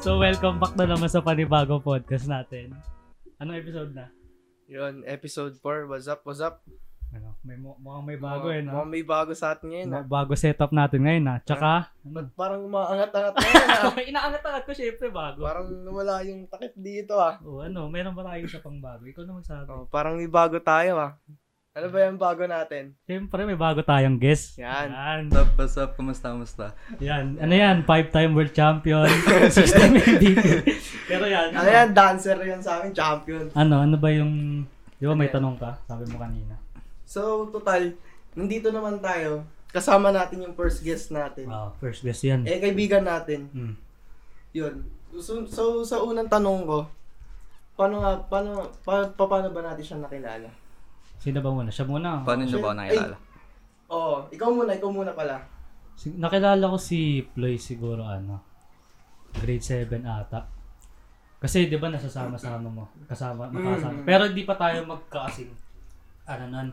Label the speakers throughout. Speaker 1: So, welcome back na naman sa panibagong podcast natin. Anong episode na?
Speaker 2: Yun, episode 4. What's up, what's up?
Speaker 1: Ano, may, mu- mukhang may bago
Speaker 2: Mga-
Speaker 1: eh, no? Ano?
Speaker 2: Mukhang may bago sa atin ngayon.
Speaker 1: Mga
Speaker 2: ah.
Speaker 1: bago setup natin ngayon, ha? Tsaka,
Speaker 2: Ba't parang umaangat-angat na yan, ah?
Speaker 1: inaangat-angat ko, syempre, bago.
Speaker 2: Parang nawala yung takip dito, ah.
Speaker 1: O, ano, meron ba tayo sa pang bago? Ikaw na magsabi.
Speaker 2: Oh, parang may bago tayo, ah. Ano ba yung bago natin?
Speaker 1: Siyempre, may bago tayong guest.
Speaker 2: Yan.
Speaker 1: Yan.
Speaker 3: What's up, what's up? Kumusta, kumusta?
Speaker 1: Yan. Ano yan? Five-time world champion. Six-time MVP. Pero yan.
Speaker 2: Ano yan, dancer yan sa amin, champion.
Speaker 1: Ano, ano ba yung... Di ba may tanong ka? Sabi mo kanina.
Speaker 2: So, total, nandito naman tayo. Kasama natin yung first guest natin.
Speaker 1: Wow, Ah, first guest yan.
Speaker 2: Eh, kaibigan natin.
Speaker 1: Mm.
Speaker 2: Yun. So, so sa unang tanong ko, paano nga, paano, pa, paano ba natin siya nakilala?
Speaker 1: Sino ba muna? Siya muna.
Speaker 3: Paano niyo ba ako nakilala?
Speaker 2: Oo, Oh, ikaw muna, ikaw muna pala.
Speaker 1: Si- Nakilala ko si Ploy siguro ano, grade 7 ata. Kasi 'di ba nasasama-sama mo, kasama makasama.
Speaker 2: Mm.
Speaker 1: Pero hindi pa tayo magkaasing ano nun,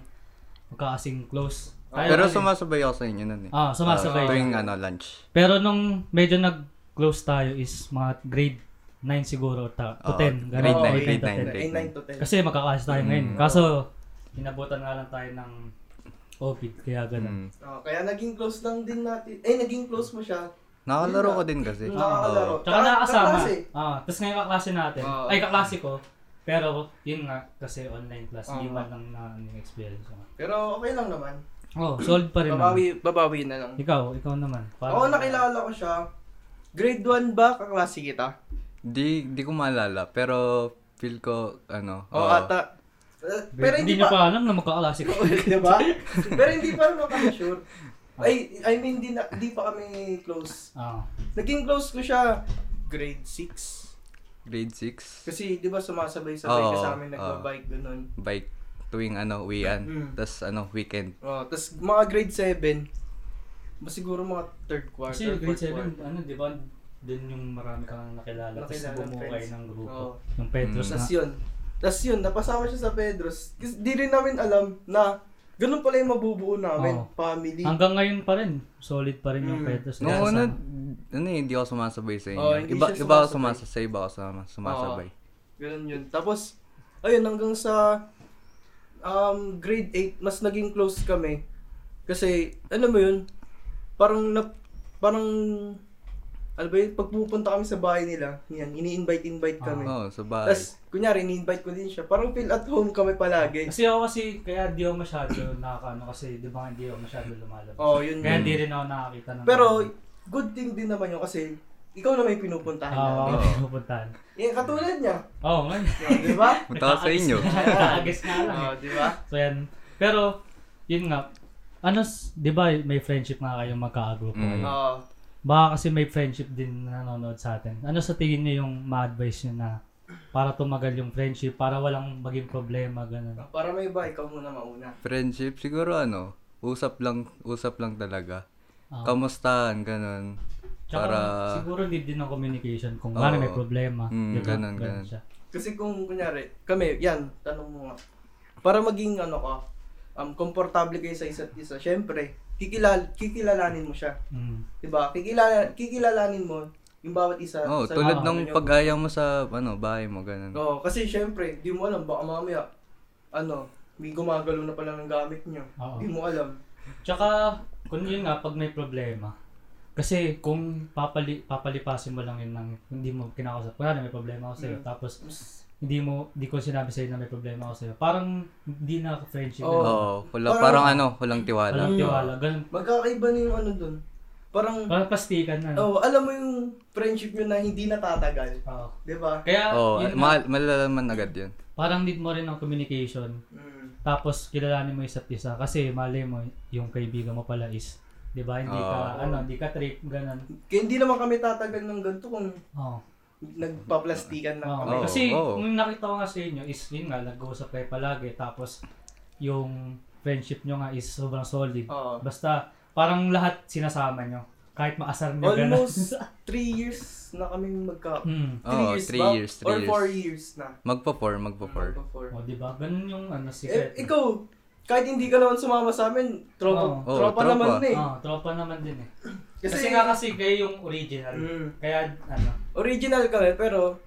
Speaker 1: magkaasing close. Tayo
Speaker 3: Pero
Speaker 1: nun eh.
Speaker 3: sumasabay ako sa inyo nun eh.
Speaker 1: Ah, sumasabay.
Speaker 3: Ah, tuwing ano, lunch.
Speaker 1: Pero nung medyo nag-close tayo is mga grade 9 siguro ta, to
Speaker 3: Oo,
Speaker 1: 10. ganun,
Speaker 3: Grade
Speaker 2: Oo,
Speaker 3: nine,
Speaker 1: grade
Speaker 3: grade
Speaker 1: to 10.
Speaker 3: nine, grade
Speaker 2: Grade 9 to 10.
Speaker 1: Kasi magkakaas tayo ngayon.
Speaker 3: Mm.
Speaker 1: Kaso, inabutan nga lang tayo ng OPID, kaya ganun.
Speaker 3: Mm.
Speaker 2: Oo, kaya naging close lang din natin. Eh, naging close mo siya.
Speaker 3: Nakakalaro ko din kasi.
Speaker 2: Nakakalaro.
Speaker 3: Ah,
Speaker 2: eh.
Speaker 3: Oo.
Speaker 1: Tsaka
Speaker 2: Ka-
Speaker 1: nakakasama.
Speaker 2: kaklase.
Speaker 1: Ah, tapos ngayon kaklase natin.
Speaker 2: Oo.
Speaker 1: Ay, kaklase ko. Pero, yun nga, kasi online class, hindi
Speaker 2: Oo.
Speaker 1: man lang na ano yung experience ko.
Speaker 2: Pero okay lang naman.
Speaker 1: Oh, solid pa rin naman.
Speaker 2: Babawi, babawi na lang.
Speaker 1: Ikaw, ikaw naman. Parang-
Speaker 2: Oo, nakilala ko siya. Grade 1 ba kaklase kita?
Speaker 3: Di, di ko maalala, pero feel ko, ano,
Speaker 2: Oo,
Speaker 3: oo.
Speaker 2: Oh, ata. Eh, Pero hindi
Speaker 1: niyo pa
Speaker 2: pa.
Speaker 1: alam na magkaklase ko.
Speaker 2: Di ba? Pero hindi pa rin ako sure. Ay, I mean, di, na, di pa kami close.
Speaker 1: Ah,
Speaker 2: Naging close ko siya grade 6.
Speaker 3: grade 6,
Speaker 2: Kasi, di ba, sumasabay-sabay ka
Speaker 3: Oo,
Speaker 2: sa amin,
Speaker 3: oo.
Speaker 2: nagbabike, ganun.
Speaker 3: bike, tuwing ano, uwian,
Speaker 2: Mm.
Speaker 3: tas ano, weekend.
Speaker 2: Oh, tas mga grade 7, mas siguro mga third
Speaker 1: kasi
Speaker 2: quarter,
Speaker 1: grade
Speaker 2: fourth
Speaker 1: 7,
Speaker 2: quarter.
Speaker 1: ano, di ba, dun yung marami kang nakilala. Tapos
Speaker 2: Nakilala,
Speaker 1: bumuo kayo
Speaker 2: friends.
Speaker 1: ng grupo.
Speaker 2: Oo. Mm.
Speaker 1: Yung Pedros na.
Speaker 2: Tas yun. Tas yun, napasama siya sa Pedros. Kasi di rin namin alam na ganun pala yung mabubuo namin.
Speaker 1: Oo.
Speaker 2: Family.
Speaker 1: Hanggang ngayon pa rin, solid pa rin yung
Speaker 2: Mm.
Speaker 1: Pedros.
Speaker 3: Nung
Speaker 1: Nakasama.
Speaker 3: una, ano eh, hindi ako sumasabay sa inyo.
Speaker 2: Oo, Oh, hindi
Speaker 3: iba,
Speaker 2: siya
Speaker 3: iba ako
Speaker 2: sumasabay.
Speaker 3: sumasabay, iba ako sama- sumasabay.
Speaker 2: Ganun yun. Tapos, ayun, hanggang sa um, grade 8, mas naging close kami. Kasi, ano mo yun, parang, na, parang, ano ba yun, pagpupunta kami sa bahay nila, yan, ini-invite-invite kami.
Speaker 3: Oo, Oh, sa bahay.
Speaker 2: Tapos, kunyari, ni-invite ko din siya. Parang feel at home kami palagi.
Speaker 1: Kasi ako kasi, kaya di ako masyado nakakaano kasi di ba hindi ako masyado lumalabas.
Speaker 2: Oo, oh, yun
Speaker 1: Kaya
Speaker 2: yun.
Speaker 1: di rin ako nakakita ng...
Speaker 2: Pero, good thing din naman yun kasi ikaw na may pinupuntahan
Speaker 1: Ah, Oo, ako
Speaker 2: namin.
Speaker 3: Oo.
Speaker 1: pinupuntahan.
Speaker 2: Eh, katulad niya. Oh,
Speaker 1: Oo, man.
Speaker 2: di ba? Oh,
Speaker 3: Punta ako sa inyo.
Speaker 1: Nakaagas nga lang. eh.
Speaker 2: di ba?
Speaker 1: So, yan. Pero, yun nga. Ano, s- di ba may friendship nga kayong magka-group
Speaker 3: Mm.
Speaker 1: kayo?
Speaker 2: Oo.
Speaker 1: Baka kasi may friendship din na nanonood sa atin. Ano sa tingin niyo yung ma-advise niyo na para tumagal yung friendship, para walang maging problema, ganun.
Speaker 2: Para may iba, ikaw muna mauna.
Speaker 3: Friendship, siguro ano, usap lang, usap lang talaga.
Speaker 1: Ah.
Speaker 3: Kamustahan, ganun.
Speaker 1: Tsaka,
Speaker 3: para,
Speaker 1: siguro need din ng communication kung ano may
Speaker 3: Oo.
Speaker 1: problema. di
Speaker 3: Mm,
Speaker 1: ba?
Speaker 3: ganun, ganun.
Speaker 1: siya.
Speaker 2: Kasi kung kunyari, kami, yan, tanong mo nga. Para maging ano ka, um, komportable kayo sa isa't isa, syempre, kikilal, kikilalanin mo siya.
Speaker 1: Mm.
Speaker 2: Di ba? Kikilala, kikilalanin mo yung bawat isa.
Speaker 3: oh,
Speaker 2: sa-
Speaker 1: Ah,
Speaker 3: tulad ng
Speaker 2: ano,
Speaker 3: pag-ayaw mo sa ano, bahay mo, ganun.
Speaker 2: Oo, kasi syempre, di mo alam, baka mamaya, ano, may gumagalaw na pala ng gamit niyo.
Speaker 1: Oo.
Speaker 2: Di mo alam.
Speaker 1: Tsaka, kung yun nga, pag may problema, kasi kung papali, papalipasin mo lang yun ng hindi mo kinakausap, kunwari may problema ako sa'yo,
Speaker 2: Mm.
Speaker 1: tapos hindi mo, hindi ko sinabi sa'yo na may problema ako sa'yo, parang hindi na friendship.
Speaker 3: Oo,
Speaker 2: Oo.
Speaker 1: Oh.
Speaker 3: wala,
Speaker 2: Parang-
Speaker 3: parang ano, walang tiwala.
Speaker 1: Walang
Speaker 2: Mm.
Speaker 1: tiwala, ganun.
Speaker 2: Magkakaiba na yung ano dun. Parang,
Speaker 1: Parang plastikan na.
Speaker 2: oh, alam mo yung friendship nyo na hindi natatagal.
Speaker 1: Oo.
Speaker 2: Di ba?
Speaker 1: Kaya,
Speaker 3: Oo, eh,
Speaker 1: yun nga,
Speaker 3: ma- malalaman agad yun.
Speaker 1: parang need mo rin ng communication,
Speaker 2: Mm.
Speaker 1: tapos kilalanin mo isa't isa, kasi mali mo, yung kaibigan mo pala is, di ba, hindi ka,
Speaker 3: Oo.
Speaker 1: ano, hindi ka trip, ganun.
Speaker 2: Kaya hindi naman kami tatagal ng ganito kung
Speaker 1: Oo.
Speaker 2: nagpaplastikan lang kami.
Speaker 1: Oo.
Speaker 3: Oo,
Speaker 1: Kasi
Speaker 3: oo.
Speaker 1: yung nakita ko nga sa inyo is yun nga, nag-uusap kayo palagi. Tapos yung friendship nyo nga is sobrang solid.
Speaker 2: Oo.
Speaker 1: Basta parang lahat sinasama nyo. Kahit maasar nyo
Speaker 2: Almost 3 years na kami magka...
Speaker 1: ganun. hmm.
Speaker 2: 3
Speaker 3: Oo,
Speaker 2: years
Speaker 3: three
Speaker 2: ba?
Speaker 3: years, three
Speaker 2: Or
Speaker 3: years.
Speaker 2: 4 years na.
Speaker 3: Magpa-4, magpa-4.
Speaker 1: Oh,
Speaker 2: Magpa four.
Speaker 1: O diba? Ganun yung ano,
Speaker 2: Eh,
Speaker 1: secret.
Speaker 2: ikaw, kahit hindi ka naman sumama sa amin, tropa,
Speaker 3: Oo. Oo,
Speaker 2: tropa,
Speaker 3: tropa.
Speaker 2: naman na eh.
Speaker 1: Ah, tropa naman din eh. Kasi,
Speaker 2: Kasi-
Speaker 1: nga kasi kayo yung original.
Speaker 2: Mm.
Speaker 1: Kaya ano,
Speaker 2: Original kami, pero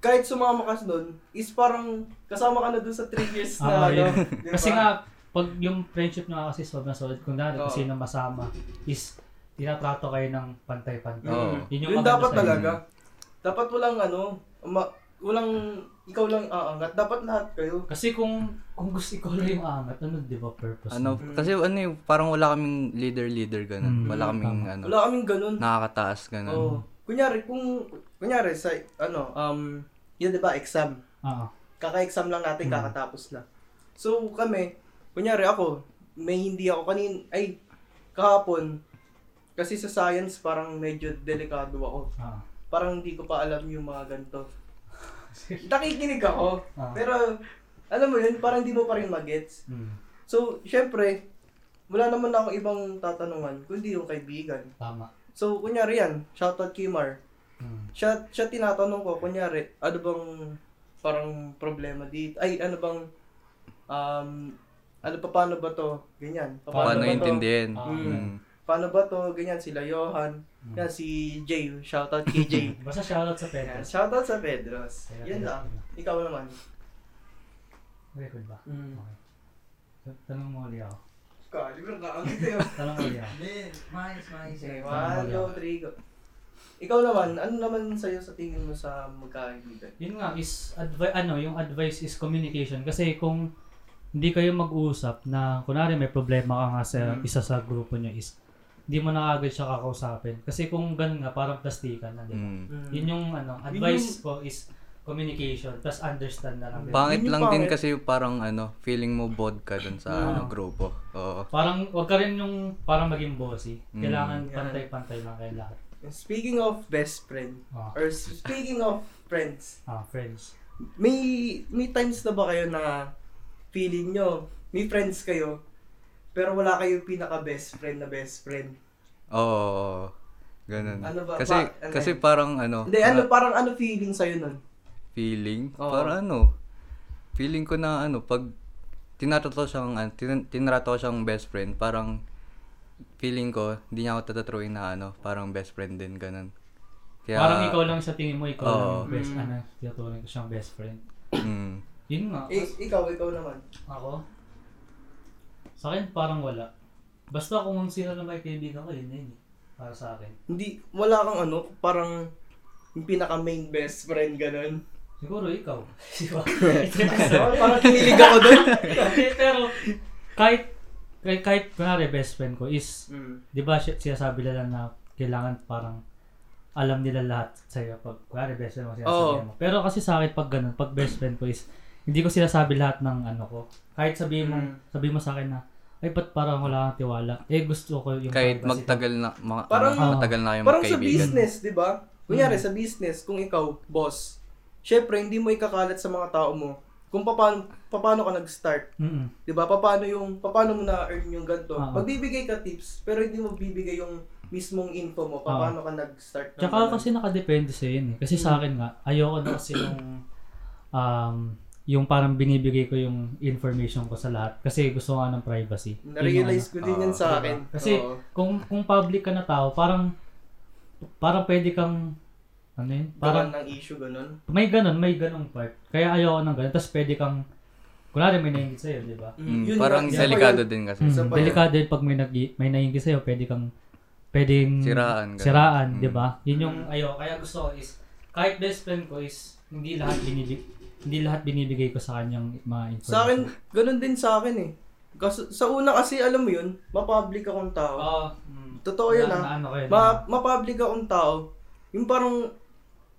Speaker 2: kahit sumama ka doon, is parang kasama ka na doon sa 3 years na
Speaker 1: ah,
Speaker 2: ano.
Speaker 1: yun.
Speaker 2: di ba?
Speaker 1: Kasi nga, pag yung friendship nga kasi sobrang solid, kung dahil
Speaker 2: Oo.
Speaker 1: kasi na masama is tinatrato kayo ng pantay-pantay.
Speaker 3: Oo.
Speaker 1: mm, Yun yung
Speaker 2: Yun
Speaker 1: maganda
Speaker 2: dapat
Speaker 1: sa inyo.
Speaker 2: talaga. Dapat walang ano, ma- walang ikaw lang aangat. Dapat lahat kayo.
Speaker 1: Kasi kung kung gusto ko lang yung angat, ano 'di ba purpose?
Speaker 3: Ano, kasi ano yung, parang wala kaming leader-leader ganun.
Speaker 1: Mm.
Speaker 3: Wala kaming ano,
Speaker 2: Wala kaming ganun.
Speaker 3: nakakataas ganun.
Speaker 2: Oo. Kunyari, kung, kunyari sa, ano, um, yun di ba, exam.
Speaker 1: Ah.
Speaker 2: Kaka-exam lang natin, kakatapos na. So, kami, kunyari ako, may hindi ako kanin, ay, kahapon, kasi sa science, parang medyo delikado ako.
Speaker 1: Ah.
Speaker 2: Parang hindi ko pa alam yung mga ganito. Nakikinig ako,
Speaker 1: Ah.
Speaker 2: pero, alam mo yun, parang hindi mo pa rin magets.
Speaker 1: Mm,
Speaker 2: So, syempre, wala naman ako ibang tatanungan, kundi yung kaibigan.
Speaker 1: tama.
Speaker 2: So, kunyari yan, shoutout kay Mar.
Speaker 1: Mm.
Speaker 2: Siya, siya tinatanong ko, kunyari, ano bang parang problema dito? Ay, ano bang, um, ano pa, paano ba to? Ganyan. Pa-
Speaker 1: Paano
Speaker 3: Paano
Speaker 2: ba to?
Speaker 3: intindihin?
Speaker 1: Ah.
Speaker 3: Mm.
Speaker 2: Paano ba to? Ganyan, sila Johan.
Speaker 1: Hmm.
Speaker 2: Yan, si Jay. Shoutout kay Jay.
Speaker 1: Basta shoutout sa
Speaker 2: Yan,
Speaker 1: Pedro.
Speaker 2: shoutout sa Pedros.
Speaker 1: Kaya-
Speaker 2: Yan lang. Ikaw naman.
Speaker 1: Record ba?
Speaker 2: Mm.
Speaker 1: Okay. So, Tanong mo ulit ako.
Speaker 2: Kalibre na ang ito.
Speaker 1: Tanong ulit ako.
Speaker 4: Mais, mais.
Speaker 2: One, two, three, go. Ikaw naman, ano naman sa'yo sa tingin mo sa magkaibigan?
Speaker 1: Yun nga is advi- ano, yung advice is communication kasi kung hindi kayo mag-usap na kunwari may problema ka nga sa
Speaker 2: Mm.
Speaker 1: isa sa grupo nyo is hindi mo na agad siya kakausapin kasi kung ganun nga parang plastikan na di ba?
Speaker 3: Mm.
Speaker 1: Yun yung ano,
Speaker 2: Yun
Speaker 1: advice ko is communication plus understand na lang. din.
Speaker 3: Pangit
Speaker 2: Yun yung
Speaker 3: lang din
Speaker 2: pangit. Mm.
Speaker 3: kasi yung parang ano, feeling mo bored ka dun sa ano, grupo. Oo.
Speaker 1: Parang wag ka rin yung parang maging bossy.
Speaker 3: Mm.
Speaker 1: Kailangan
Speaker 2: Yan.
Speaker 1: pantay-pantay lang kayo lahat.
Speaker 2: Speaking of best friend,
Speaker 1: Ah,
Speaker 2: or speaking of friends,
Speaker 1: ah, friends.
Speaker 2: may may times na ba kayo na feeling nyo, may friends kayo, pero wala kayo pinaka best friend na best friend?
Speaker 3: Oo. oo. Ganun.
Speaker 2: Ano ba-
Speaker 3: kasi
Speaker 2: ba- ano
Speaker 3: kasi
Speaker 2: yun?
Speaker 3: parang ano,
Speaker 2: Hindi, ano, parang ano feeling sa'yo nun?
Speaker 3: feeling,
Speaker 2: Oo.
Speaker 3: parang ano, feeling ko na ano, pag tinrato siyang, ano, tin, tinrato siyang best friend, parang feeling ko, hindi niya ako tatatruin na ano, parang best friend din, ganun. Kaya,
Speaker 1: Parang ikaw lang sa tingin mo, ikaw lang
Speaker 3: Oo.
Speaker 1: yung best,
Speaker 2: Mm.
Speaker 1: ano, tinuturing ko siyang best friend.
Speaker 3: mm,
Speaker 1: Yun nga.
Speaker 2: I- ikaw, ikaw naman.
Speaker 1: Ako? Sa akin, parang wala. Basta kung sino na may kaibigan ko, yun na yun. eh. Para sa akin.
Speaker 2: Hindi, wala kang ano, parang yung pinaka main best friend, ganun.
Speaker 1: Siguro ikaw. Di ba?
Speaker 2: So, parang kinilig ako dun.
Speaker 1: Hindi, Pero, kahit, kahit, kahit kunwari best friend ko is,
Speaker 2: Mm.
Speaker 1: di ba siya- sinasabi nila na kailangan parang alam nila lahat sa'yo pag kunwari best friend mo sinasabi
Speaker 2: Oo.
Speaker 1: mo. Pero kasi sa akin pag ganun, pag best friend ko is, hindi ko sinasabi lahat ng ano ko. Kahit sabihin mo,
Speaker 2: Mm.
Speaker 1: sabihin mo sa akin na, ay ba't parang wala kang tiwala? Eh gusto ko yung
Speaker 3: kahit
Speaker 1: privacy ko."
Speaker 3: magtagal na, mga,
Speaker 2: Parang-
Speaker 3: ano, matagal na kayong
Speaker 2: Parang sa
Speaker 3: magkaibigan.
Speaker 2: business, di ba? Kunyari, sa business, kung ikaw, boss, syempre, hindi mo ikakalat sa mga tao mo kung paano, paano ka nag-start.
Speaker 1: Mm-mm.
Speaker 2: 'di ba? Paano yung paano mo na earn yung ganito?
Speaker 1: Oo.
Speaker 2: Magbibigay ka tips, pero hindi mo bibigay yung mismong info mo pa-
Speaker 1: Oo.
Speaker 2: paano ka nag-start ng
Speaker 1: Tsaka
Speaker 2: ganun. Mm.
Speaker 1: kasi nakadepende sa yun eh. Kasi sa akin nga, ayoko na kasi yung, um, yung parang binibigay ko yung information ko sa lahat. Kasi gusto ko nga ng privacy. Yun yung
Speaker 2: na-realize
Speaker 1: ano.
Speaker 2: ko din yan
Speaker 3: Oo,
Speaker 2: sa
Speaker 1: diba?
Speaker 2: akin.
Speaker 1: Kasi
Speaker 2: Oo.
Speaker 1: kung kung public ka na tao, parang parang pwede kang ano yun?
Speaker 2: parang
Speaker 1: Parang
Speaker 2: ng issue ganun.
Speaker 1: may ganun, may ganung part. Kaya ayoko ng ganun. Tapos pwede kang kunwari may naingit sa'yo, di ba?
Speaker 3: Mm,
Speaker 2: Yun
Speaker 3: parang
Speaker 2: nga, isa pa
Speaker 3: delikado
Speaker 2: yun.
Speaker 3: din kasi.
Speaker 1: Mm,
Speaker 2: Hmm, Isa pa yun.
Speaker 1: delikado yun pag may, nag may naingit sa'yo, pwede kang pwedeng
Speaker 3: Siraan, ganun.
Speaker 1: siraan
Speaker 3: Mm.
Speaker 1: di
Speaker 2: Hmm.
Speaker 1: ba? Yun yung ayo. Kaya gusto ko is, kahit best friend ko is, hindi lahat binibig hindi lahat binibigay ko sa kanyang mga information.
Speaker 2: Sa akin, ganun din sa akin eh. Kasi, sa una kasi, alam mo yun, mapublic akong tao.
Speaker 1: Oo. mm,
Speaker 2: Totoo yun
Speaker 1: na-
Speaker 2: ah.
Speaker 1: na ano ko yun,
Speaker 2: Ma mapublic akong tao. Yung parang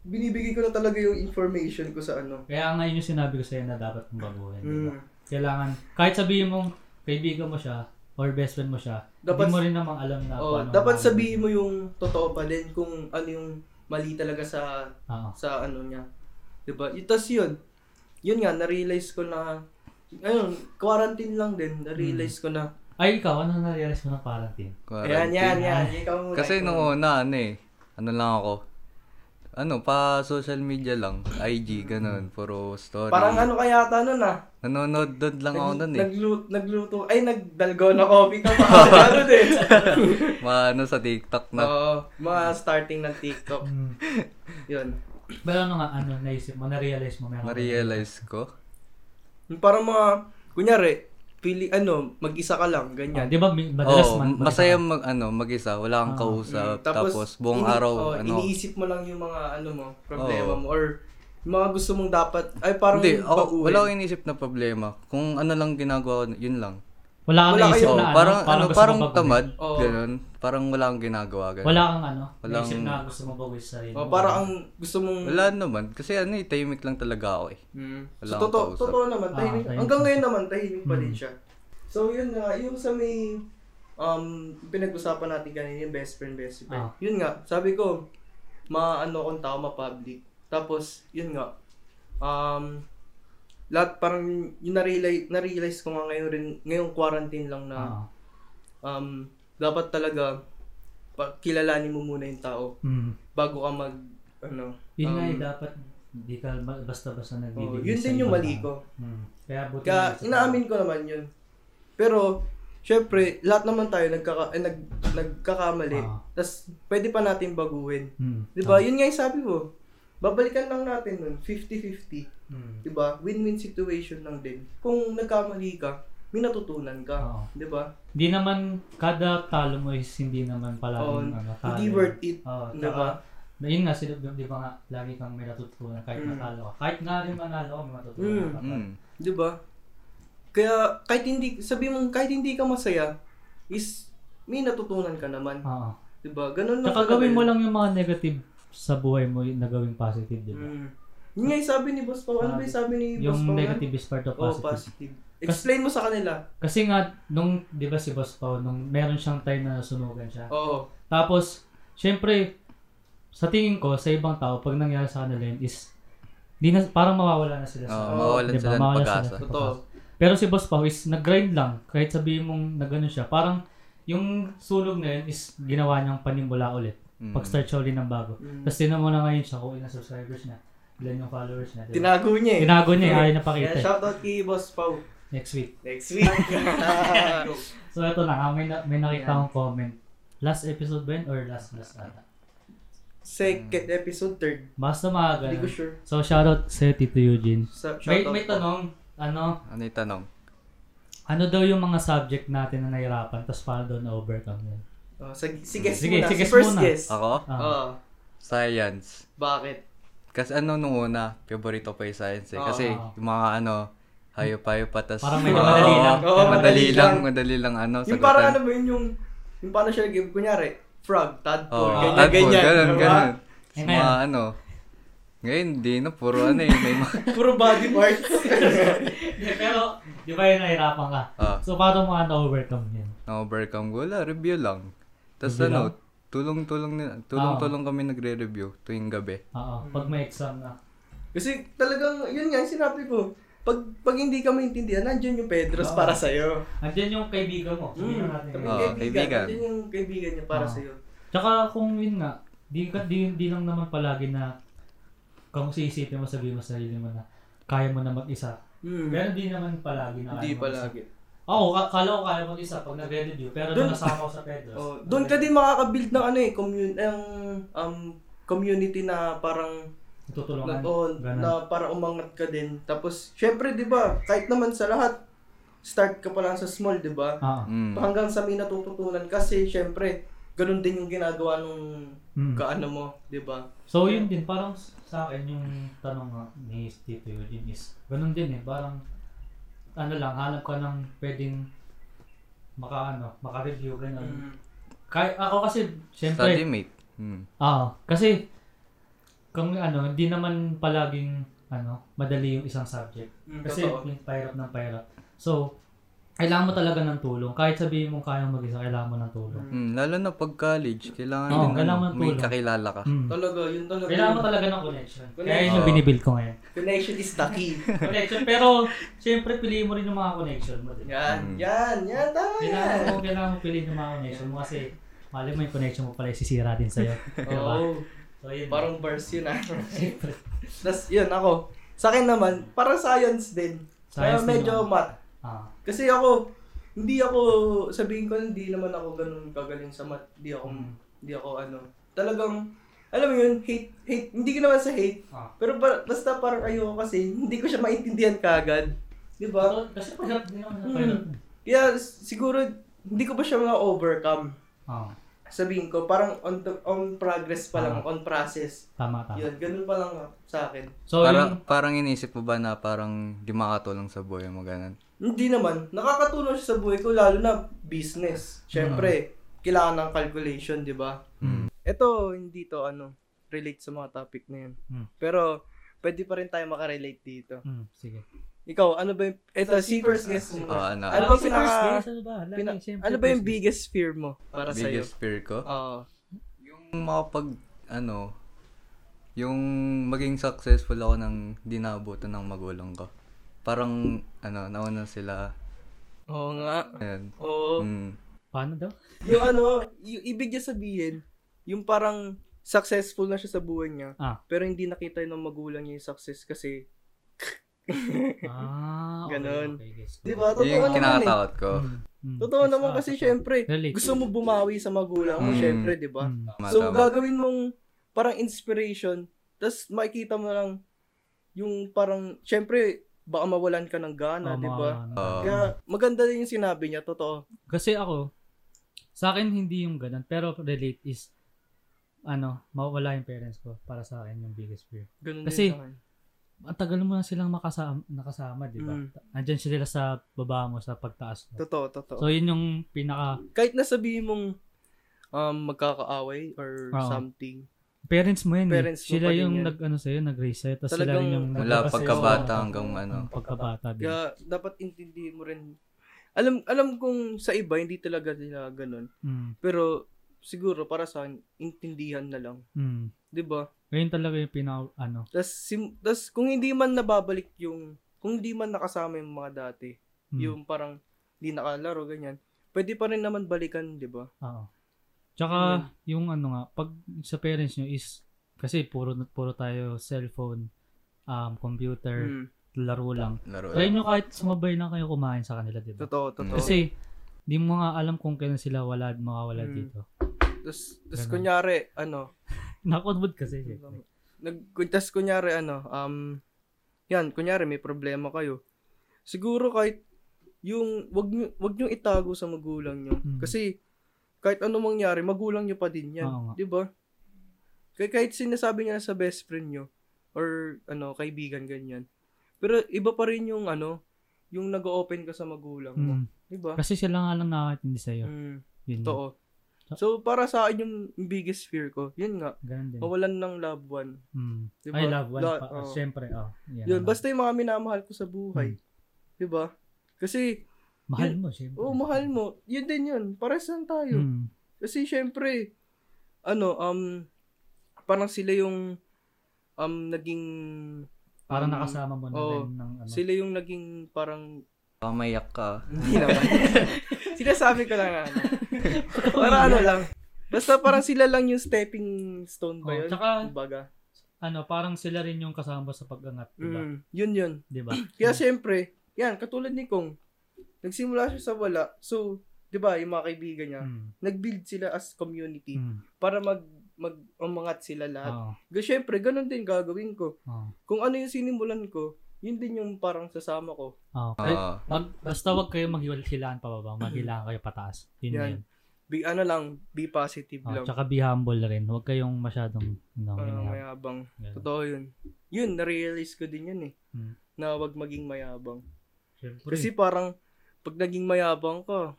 Speaker 2: binibigay ko na talaga yung information ko sa ano.
Speaker 1: Kaya nga yun yung sinabi ko sa'yo na dapat mong baguhin. di ba?
Speaker 2: Mm.
Speaker 1: Kailangan, kahit sabihin mong kaibigan mo siya, or best friend mo siya,
Speaker 2: Dapat-
Speaker 1: hindi mo rin namang alam na
Speaker 2: Oo,
Speaker 1: paano-
Speaker 2: dapat sabihin mo yung totoo pa din kung ano yung mali talaga sa
Speaker 1: Oo.
Speaker 2: sa ano niya. 'Di ba? Itas 'yun. Yun nga na-realize ko na ayun, quarantine lang din, na-realize ko na.
Speaker 1: Ay, ikaw, ano na-realize mo ng Hmm. quarantine?
Speaker 3: Parang-
Speaker 2: Ayan, yan, yan. Ikaw muna.
Speaker 3: Kasi
Speaker 2: ikaw.
Speaker 3: nung una, ano eh, ano lang ako, ano, pa social media lang, IG, ganun, puro story.
Speaker 2: Parang ano kaya ata nun ah.
Speaker 3: Nanonood doon lang ako nun eh.
Speaker 2: Nagluto, nagluto, ay nagdalgo na coffee ka pa. Ano din.
Speaker 3: Maano sa TikTok na.
Speaker 2: Oo, mga starting ng TikTok.
Speaker 1: Hmm.
Speaker 2: Yun.
Speaker 1: Pero ano nga, ano, naisip mo, na-realize mo, meron.
Speaker 3: Na-realize ko.
Speaker 2: Yung Parang mga, kunyari, pili, ano, mag-isa ka
Speaker 1: Ah,
Speaker 2: lang, ganyan.
Speaker 1: di ba, mi- madalas
Speaker 3: Oo,
Speaker 1: man- madalas-
Speaker 3: masaya mag, ano, mag-isa, wala kang kausap, tapos, buong
Speaker 2: Mm. ini-
Speaker 3: araw,
Speaker 2: oh,
Speaker 3: ano.
Speaker 2: Iniisip mo lang yung mga, ano mo, problema
Speaker 3: Oo.
Speaker 2: mo, or yung mga gusto mong dapat, ay parang
Speaker 3: Hindi, ako,
Speaker 2: baguhin.
Speaker 3: wala akong inisip na problema. Kung ano lang ginagawa ko, yun lang.
Speaker 1: Wala kang
Speaker 2: Wala
Speaker 1: naisip
Speaker 2: kayo.
Speaker 3: Oo,
Speaker 1: na ano,
Speaker 3: parang, ano,
Speaker 1: gusto
Speaker 3: parang
Speaker 1: mo baguhin.
Speaker 3: tamad,
Speaker 2: Oo.
Speaker 3: ganun. Parang wala akong ginagawa, ganun. Wala,
Speaker 1: Wala kang ano,
Speaker 3: Walang-
Speaker 1: naisip na gusto mo baguhin sa sarili
Speaker 2: Oh,
Speaker 1: mo.
Speaker 2: parang ang gusto mong...
Speaker 3: naman, kasi ano eh, tahimik lang talaga ako eh.
Speaker 2: Mm.
Speaker 3: Wala
Speaker 2: So,
Speaker 3: akong
Speaker 2: totoo,
Speaker 3: kausap.
Speaker 2: totoo naman.
Speaker 1: Ah, Mm.
Speaker 2: Tahimik.
Speaker 1: tahimik.
Speaker 2: Hanggang ngayon naman, tahimik pa din siya. So, yun nga, yung sa may um, pinag-usapan natin kanina, yung best friend, best friend.
Speaker 1: Ah.
Speaker 2: Yun nga, sabi ko, maano akong tao, ma-public. Tapos, yun nga, um, lahat parang yung na-realize, na-realize ko nga ngayon rin, ngayong quarantine lang na
Speaker 1: Oo.
Speaker 2: um, dapat talaga pa- kilalanin mo muna yung tao
Speaker 1: Mm.
Speaker 2: bago ka mag, ano,
Speaker 1: Yun nga
Speaker 2: um,
Speaker 1: eh, dapat hindi ka ba- basta-basta
Speaker 2: oh,
Speaker 1: nagbibigay
Speaker 2: yun
Speaker 1: sa
Speaker 2: din yung
Speaker 1: ibang
Speaker 2: mali
Speaker 1: tao.
Speaker 2: ko.
Speaker 1: Mm. Kaya buti na
Speaker 2: Kaya
Speaker 1: isa-
Speaker 2: inaamin ko naman yun. Pero, syempre, lahat naman tayo nagkaka, eh, nag, nagkakamali.
Speaker 1: Ah.
Speaker 2: Tapos, pwede pa natin baguhin.
Speaker 1: Mm.
Speaker 2: Di ba? Yun nga yung sabi ko. Babalikan lang natin nun. 50-50.
Speaker 1: Mm.
Speaker 2: Di ba? Win-win situation lang din. Kung nagkamali ka, may natutunan
Speaker 1: Oo.
Speaker 2: ka. Diba? Di ba?
Speaker 1: Hindi naman, kada talo mo is hindi naman pala
Speaker 2: Oo,
Speaker 1: yung ano, talo.
Speaker 2: Hindi worth it.
Speaker 1: Oo,
Speaker 2: Di
Speaker 1: tsaka,
Speaker 2: ba?
Speaker 1: na yun nga, sila, di ba nga, lagi kang may natutunan kahit
Speaker 2: Mm.
Speaker 1: natalo ka. Kahit nga rin manalo ka, may matutunan
Speaker 2: Mm.
Speaker 1: ka. pa.
Speaker 3: Mm.
Speaker 2: Di ba? Kaya, kahit hindi, sabi mo, kahit hindi ka masaya, is, may natutunan ka naman.
Speaker 1: Oo.
Speaker 2: Di ba? Ganun lang
Speaker 1: Tsaka
Speaker 2: Ano talaga
Speaker 1: gawin mo
Speaker 2: yun.
Speaker 1: lang yung mga negative sa buhay mo yung nagawing positive, di ba?
Speaker 2: Mm. Yun nga yung sabi ni Boss Pao. Ano ba yung sabi ni Boss
Speaker 1: Yung
Speaker 2: Pao?
Speaker 1: negative is part of
Speaker 2: Oh,
Speaker 1: positive.
Speaker 2: positive. Explain mo sa kanila.
Speaker 1: Kasi nga, nung, di ba si Boss Pao, nung meron siyang time na sunugan siya.
Speaker 2: Oo.
Speaker 1: Tapos, syempre, sa tingin ko, sa ibang tao, pag nangyari sa kanila yun is, di na, parang mawawala na sila sa
Speaker 3: Oo, mawawalan
Speaker 1: Diba?
Speaker 3: sila ng
Speaker 1: Mawawalan
Speaker 3: pag-asa.
Speaker 1: sila.
Speaker 2: Totoo.
Speaker 1: Pero si Boss Pao is nag-grind lang. Kahit sabihin mong na ganun siya, parang yung sunog na yun is ginawa niyang panimula ulit.
Speaker 3: Mm.
Speaker 1: Pag-start siya ulit ng bago.
Speaker 2: Mm.
Speaker 1: Tapos tinan mo na ngayon siya kung ilang subscribers na, ilan yung followers na. Diba?
Speaker 2: Tinago niya eh.
Speaker 1: Tinago niya, ayaw niya
Speaker 2: Kaya
Speaker 1: pakita. eh.
Speaker 2: shoutout kay Boss Pao.
Speaker 1: Next week.
Speaker 2: Next week.
Speaker 1: So ito na, nga, may, na- may nakita akong comment. Last episode ba yun or last last ata?
Speaker 2: Second episode, third.
Speaker 1: Basta mga
Speaker 2: Hindi ko
Speaker 1: ganun.
Speaker 2: sure.
Speaker 1: So shoutout sa Tito Eugene.
Speaker 2: Sa,
Speaker 1: May,
Speaker 2: shoutout
Speaker 1: may
Speaker 2: po.
Speaker 1: tanong, ano,
Speaker 3: Ano yung tanong?
Speaker 1: ano daw yung mga subject natin na nahirapan tapos paano daw na-overcome yun?
Speaker 2: Oh, sige, si guess
Speaker 1: Sige,
Speaker 2: muna.
Speaker 1: si
Speaker 2: Si
Speaker 1: guess
Speaker 2: first
Speaker 1: muna.
Speaker 2: guess.
Speaker 3: Ako?
Speaker 1: Ah.
Speaker 2: Oo.
Speaker 3: Science.
Speaker 2: bakit?
Speaker 3: Kasi ano nung una, favorito pa yung science eh.
Speaker 2: Oo.
Speaker 3: Kasi yung mga ano, hayop-hayop pa. Tas,
Speaker 1: Parang may
Speaker 3: Oo,
Speaker 1: madali lang.
Speaker 3: oo,
Speaker 2: Oo,
Speaker 3: madali
Speaker 2: madali
Speaker 3: lang,
Speaker 2: lang.
Speaker 3: madali lang ano,
Speaker 2: Yung parang ano
Speaker 3: sagutan.
Speaker 2: ba yun yung... Yung paano siya nag-give? Kunyari, frog, tadpole, ganyan,
Speaker 3: Oo, tadpole,
Speaker 2: ganyan.
Speaker 3: ganun,
Speaker 2: diba?
Speaker 3: ganun. Tas
Speaker 1: Eh,
Speaker 3: mga
Speaker 1: ngayon?
Speaker 3: ano, ngayon di na, puro ano eh. May mga,
Speaker 2: Puro body parts.
Speaker 1: Pero, di ba yun nahirapan ka?
Speaker 3: ah,
Speaker 1: So paano mga na-overcome yun?
Speaker 3: na-overcome ko, wala, review lang. Tapos
Speaker 1: Review Ah.
Speaker 3: ano, tulong-tulong nila, tulong-tulong kami nagre-review tuwing gabi.
Speaker 1: Oo,
Speaker 2: Mm.
Speaker 1: pag may exam na.
Speaker 2: Kasi talagang, yun nga, yung sinabi ko. Pag, pag hindi ka maintindihan, nandiyan yung Pedros para sa'yo.
Speaker 1: Andiyan yung kaibigan mo. Sabihin natin.
Speaker 2: Kami
Speaker 3: Oo,
Speaker 2: kaibigan.
Speaker 3: kaibigan.
Speaker 2: Yun yung kaibigan niya para
Speaker 1: Oo.
Speaker 2: sa'yo.
Speaker 1: Tsaka kung yun nga, di, ka- di, di lang naman palagi na kung siisipin mo, sabihin mo sa sarili mo na kaya mo na mag-isa.
Speaker 2: Hmm.
Speaker 1: Pero di naman palagi na
Speaker 2: Hindi
Speaker 1: kaya mag-isa.
Speaker 2: palagi.
Speaker 1: Oo, ka- kala ko kaya mag-isa pag nag-review. Pero nung
Speaker 2: Dun-
Speaker 1: nasama ko sa Pedros.
Speaker 2: Oh, doon ka din makakabuild ng ano eh, commun ang um, community na parang
Speaker 1: Tutulungan.
Speaker 2: na, oh,
Speaker 1: ganun.
Speaker 2: na para umangat ka din. Tapos syempre 'di ba, kahit naman sa lahat start ka pa lang sa small, 'di ba?
Speaker 1: Ah,
Speaker 3: Mm.
Speaker 2: Hanggang sa may natututunan kasi syempre ganun din yung ginagawa nung
Speaker 1: Mm.
Speaker 2: kaano mo, 'di ba?
Speaker 1: So yun din, parang s- sa akin yung tanong nga ni Tito Eugene is, ganun din eh, parang ano lang, hanap ka ng pwedeng maka ano, maka-review ganun.
Speaker 2: Mm.
Speaker 1: Kaya ako kasi syempre
Speaker 3: Study mate. Mm.
Speaker 1: Ah, kasi kung ano, hindi naman palaging ano, madali yung isang subject.
Speaker 2: Mm,
Speaker 1: Kasi
Speaker 2: totoo.
Speaker 1: yung pahirap ng pahirap. So, kailangan mo talaga ng tulong. Kahit sabihin mo kayang mag-isa, kailangan mo ng tulong.
Speaker 3: Mm, lalo na pag college, kailangan
Speaker 1: Oo,
Speaker 3: din
Speaker 1: kailangan
Speaker 3: ano,
Speaker 1: ng
Speaker 3: may
Speaker 1: tulong.
Speaker 3: kakilala
Speaker 2: Ah,
Speaker 3: ka.
Speaker 1: Mm.
Speaker 2: Talaga, yun talaga.
Speaker 1: Kailangan mo
Speaker 2: yun.
Speaker 1: talaga ng connection. Kaya
Speaker 2: Connection.
Speaker 1: yun yung
Speaker 3: Oo.
Speaker 1: binibuild ko ngayon.
Speaker 2: Connection is the key.
Speaker 1: Connection. Pero, siyempre, piliin mo rin yung mga connection mo. Diba?
Speaker 2: Yan,
Speaker 3: Mm.
Speaker 2: yan, yan, tama
Speaker 1: Kailangan
Speaker 2: yan.
Speaker 1: mo, kailangan mo piliin yung mga connection mo kasi mali mo yung connection mo pala yung sisira din sa'yo. Diba?
Speaker 2: Oo.
Speaker 1: So, yun.
Speaker 2: Oh. Parang bars yun ah. Tapos yun ako. Sa akin naman, parang science din. Kaya
Speaker 1: Science din
Speaker 2: medyo
Speaker 1: naman.
Speaker 2: math.
Speaker 1: Ah,
Speaker 2: Kasi ako, hindi ako, sabihin ko, hindi naman ako ganun kagaling sa math. Hindi ako,
Speaker 1: Mm.
Speaker 2: hindi ako ano. Talagang, alam mo yun, hate, hate, hindi ko naman sa hate.
Speaker 1: ah.
Speaker 2: Pero par- basta parang ayoko kasi, hindi ko siya maintindihan kagad. Di ba?
Speaker 1: So, kasi pahirap din naman.
Speaker 2: Mm.
Speaker 1: Pahirap.
Speaker 2: Kaya s- siguro, hindi ko pa siya ma-overcome.
Speaker 1: Ah,
Speaker 2: Sabihin ko, parang on, the- on progress pa
Speaker 1: Ah.
Speaker 2: lang, on process.
Speaker 1: tama,
Speaker 3: Ah.
Speaker 1: tama.
Speaker 2: Yun, ganun pa lang ah, sa akin.
Speaker 1: So,
Speaker 3: parang, parang inisip mo ba na parang di makakatulong sa buhay mo ganun?
Speaker 2: Hindi naman. Nakakatulong siya sa buhay ko, lalo na business. Siyempre, kailangan ng calculation, di ba?
Speaker 3: Mm.
Speaker 2: Ito, hindi to, ano, relate sa mga topic na yun.
Speaker 1: Hmm.
Speaker 3: Mm.
Speaker 2: Pero, pwede pa rin tayo makarelate dito.
Speaker 1: yun, mm, sige.
Speaker 2: Ikaw, ano ba yung... Ito, si first guess mo.
Speaker 3: Ah, ano,
Speaker 2: Ano ba
Speaker 1: Kasi
Speaker 2: pinaka...
Speaker 1: first guess, ano ba? Lagi,
Speaker 2: pina-
Speaker 1: siyempre,
Speaker 2: ano ba yung
Speaker 1: first
Speaker 2: biggest fear mo para sa sa'yo?
Speaker 3: biggest fear ko?
Speaker 2: Oo.
Speaker 3: Yung makapag, ano, yung maging successful ako ng dinabutan ng magulang ko. Parang, ano, nauna sila.
Speaker 2: Oo nga.
Speaker 3: Ayan.
Speaker 2: Oo.
Speaker 3: Mm.
Speaker 1: guess? Paano daw?
Speaker 2: Yung ano, yung ibig niya sabihin, yung parang successful na siya sa buhay niya,
Speaker 1: Ah.
Speaker 2: pero hindi nakita ng magulang niya yung success kasi...
Speaker 1: Ah, okay,
Speaker 2: Ganon.
Speaker 1: okay, guess.
Speaker 2: Di ba? Totoo
Speaker 3: Yun yung
Speaker 2: naman eh.
Speaker 3: kinakatakot ko.
Speaker 1: Mm, mm.
Speaker 2: Totoo
Speaker 1: Yes,
Speaker 2: naman
Speaker 1: ah,
Speaker 2: kasi
Speaker 1: totoo.
Speaker 2: syempre,
Speaker 1: Relate.
Speaker 2: gusto mo bumawi sa magulang mo,
Speaker 3: Mm.
Speaker 2: syempre, di ba?
Speaker 1: Mm.
Speaker 3: Tama,
Speaker 2: So,
Speaker 3: tama.
Speaker 2: gagawin mong parang inspiration, tapos makikita mo lang yung parang, syempre, baka mawalan ka ng gana,
Speaker 1: Oo,
Speaker 2: di
Speaker 1: mga
Speaker 2: ba?
Speaker 1: ano.
Speaker 3: Oo.
Speaker 2: Kaya, maganda din yung sinabi niya, totoo.
Speaker 1: Kasi ako, sa akin hindi yung ganun, pero relate is, ano, mawawala yung parents ko para sa akin yung biggest fear.
Speaker 2: Ganun
Speaker 1: Kasi,
Speaker 2: din sa akin.
Speaker 1: Ang tagal mo na silang makasama, nakasama, di ba?
Speaker 2: Mm.
Speaker 1: Andyan sila sa baba mo, sa pagtaas mo.
Speaker 2: Totoo, totoo.
Speaker 1: So, yun yung pinaka,
Speaker 2: Kahit na sabihin mong um, magkakaaway or
Speaker 1: Oo.
Speaker 2: something,
Speaker 1: parents mo yun eh.
Speaker 2: Parents mo
Speaker 1: Sila
Speaker 2: pa din
Speaker 1: yung
Speaker 2: yan.
Speaker 1: nag, ano sa'yo, nag-raise sa'yo, tapos sila
Speaker 2: Talagang
Speaker 1: rin yung
Speaker 3: Mula
Speaker 1: naglabas sa'yo
Speaker 3: pagkabata
Speaker 1: sa-
Speaker 3: hanggang ano.
Speaker 1: ang pagkabata din.
Speaker 2: kaya dapat intindihin mo rin. Alam, alam kong sa iba, hindi talaga nila ganun.
Speaker 1: Mm,
Speaker 2: Pero, siguro, para sa akin, intindihan na lang.
Speaker 1: mm.
Speaker 2: 'Di ba?
Speaker 1: Ngayon talaga yung pinaka, ano,
Speaker 2: tas sim, tas kung hindi man nababalik yung, kung hindi man nakasama yung mga dati,
Speaker 1: mm,
Speaker 2: yung parang hindi nakalaro, ganyan, pwede pa rin naman balikan, diba? di ba?
Speaker 1: oo. Tsaka, yung ano nga, pag sa parents nyo is, kasi puro, puro tayo cellphone, um, computer,
Speaker 2: Mm.
Speaker 1: laro lang.
Speaker 3: Laro.
Speaker 1: Try nyo kahit sumabay lang kayo kumain sa kanila, di ba?
Speaker 2: Totoo, totoo. Kasi,
Speaker 1: Kasi, di mo nga alam kung kailan sila wala at makawala
Speaker 2: Mm.
Speaker 1: dito.
Speaker 2: tas, tas
Speaker 1: Ganun.
Speaker 2: kunyari, ano,
Speaker 1: Nakonwood kasi, syempre.
Speaker 2: nag, kun- tas kunyari, ano, um, yan, kunyari, may problema kayo. Siguro kahit, yung, wag nyo, wag nyo itago sa magulang nyo.
Speaker 1: Mm.
Speaker 2: Kasi, kahit ano mangyari, magulang nyo pa din yan.
Speaker 1: Oo nga.
Speaker 2: Di ba? Kaya kahit sinasabi niya sa best friend niyo or ano, kaibigan ganyan. Pero iba pa rin yung ano, yung nag-open ka sa magulang mo,
Speaker 1: Mm.
Speaker 2: di ba?
Speaker 1: Kasi sila nga lang nakakaintindi sa'yo.
Speaker 2: Mm,
Speaker 1: Yun. yun.
Speaker 2: totoo. So para sa akin yung biggest fear ko, yun nga,
Speaker 1: Ganun din.
Speaker 2: mawalan ng loved one.
Speaker 1: Mm.
Speaker 2: Oh, Di ba?
Speaker 1: I love one.
Speaker 2: La-
Speaker 1: pa,
Speaker 2: oo.
Speaker 1: Siyempre, oh. Yan,
Speaker 2: Yun,
Speaker 1: ano.
Speaker 2: basta yung mga minamahal ko sa buhay,
Speaker 1: Hmm.
Speaker 2: di ba? Kasi,
Speaker 1: Mahal mo, siyempre.
Speaker 2: oh, mahal mo. Yun din yun. Pares lang tayo.
Speaker 1: Mm.
Speaker 2: Kasi syempre, ano, um, parang sila yung, um, naging,
Speaker 1: Parang
Speaker 2: um,
Speaker 1: nakasama mo na
Speaker 2: oo.
Speaker 1: rin ng ano.
Speaker 2: sila yung naging parang,
Speaker 3: Pamayak ka.
Speaker 2: hindi naman. Sinasabi ko lang, ano, parang ano lang. Basta parang sila lang yung stepping stone ba
Speaker 1: Oo,
Speaker 2: yun?
Speaker 1: Oh, tsaka-
Speaker 2: Kumbaga.
Speaker 1: ano, parang sila rin yung kasama sa pag-angat, di ba?
Speaker 2: Mm, yun yun.
Speaker 1: Di ba?
Speaker 2: Kaya syempre, yan, katulad ni Kong, nagsimula siya sa wala. So, di ba, yung mga kaibigan niya,
Speaker 1: Mm.
Speaker 2: nag-build sila as community
Speaker 1: Mm.
Speaker 2: para mag mag umangat sila lahat.
Speaker 1: Oo.
Speaker 2: Kasi syempre, ganun din gagawin ko.
Speaker 1: Oo.
Speaker 2: kung ano yung sinimulan ko, yun din yung parang sasama ko.
Speaker 1: Oo. Kahit-
Speaker 3: Oo.
Speaker 1: Mag,
Speaker 2: ano
Speaker 1: basta wag kayo maghilaan pababa, maghilaan kayo pataas. Yun
Speaker 2: Yan.
Speaker 1: yan.
Speaker 2: Be, ano lang, be positive
Speaker 1: Oh,
Speaker 2: lang.
Speaker 1: tsaka be humble rin. Huwag kayong masyadong no,
Speaker 2: Parang
Speaker 1: hinahab-
Speaker 2: mayabang.
Speaker 1: ganun.
Speaker 2: Totoo yun. Yun, narealize ko din yun eh.
Speaker 1: Hmm.
Speaker 2: Na wag maging mayabang.
Speaker 1: Siyempre.
Speaker 2: Kasi parang, pag naging mayabang ka,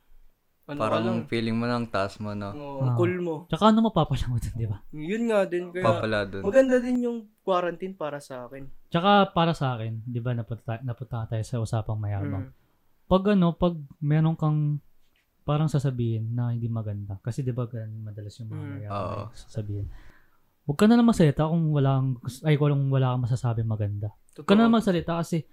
Speaker 2: ano ka
Speaker 3: Parang
Speaker 2: lang,
Speaker 3: feeling mo ng taas mo, no?
Speaker 2: oh,
Speaker 1: Ah.
Speaker 2: cool mo.
Speaker 1: Tsaka ano mapapala mo dun, di ba?
Speaker 2: Yun nga din. Kaya,
Speaker 3: Papala dun.
Speaker 2: maganda din yung quarantine para sa akin.
Speaker 1: Tsaka para sa akin, di ba, napunta, napunta tayo sa usapang mayabang.
Speaker 2: Mm.
Speaker 1: Pag ano, pag meron kang parang sasabihin na hindi maganda. Kasi di ba, ganun madalas yung mga
Speaker 2: Mm.
Speaker 1: mayabang
Speaker 3: Oo.
Speaker 1: yung sasabihin. Huwag ka na lang masalita kung wala kang, ay kung wala kang masasabi maganda.
Speaker 2: Totoo.
Speaker 1: Huwag ka na lang magsalita kasi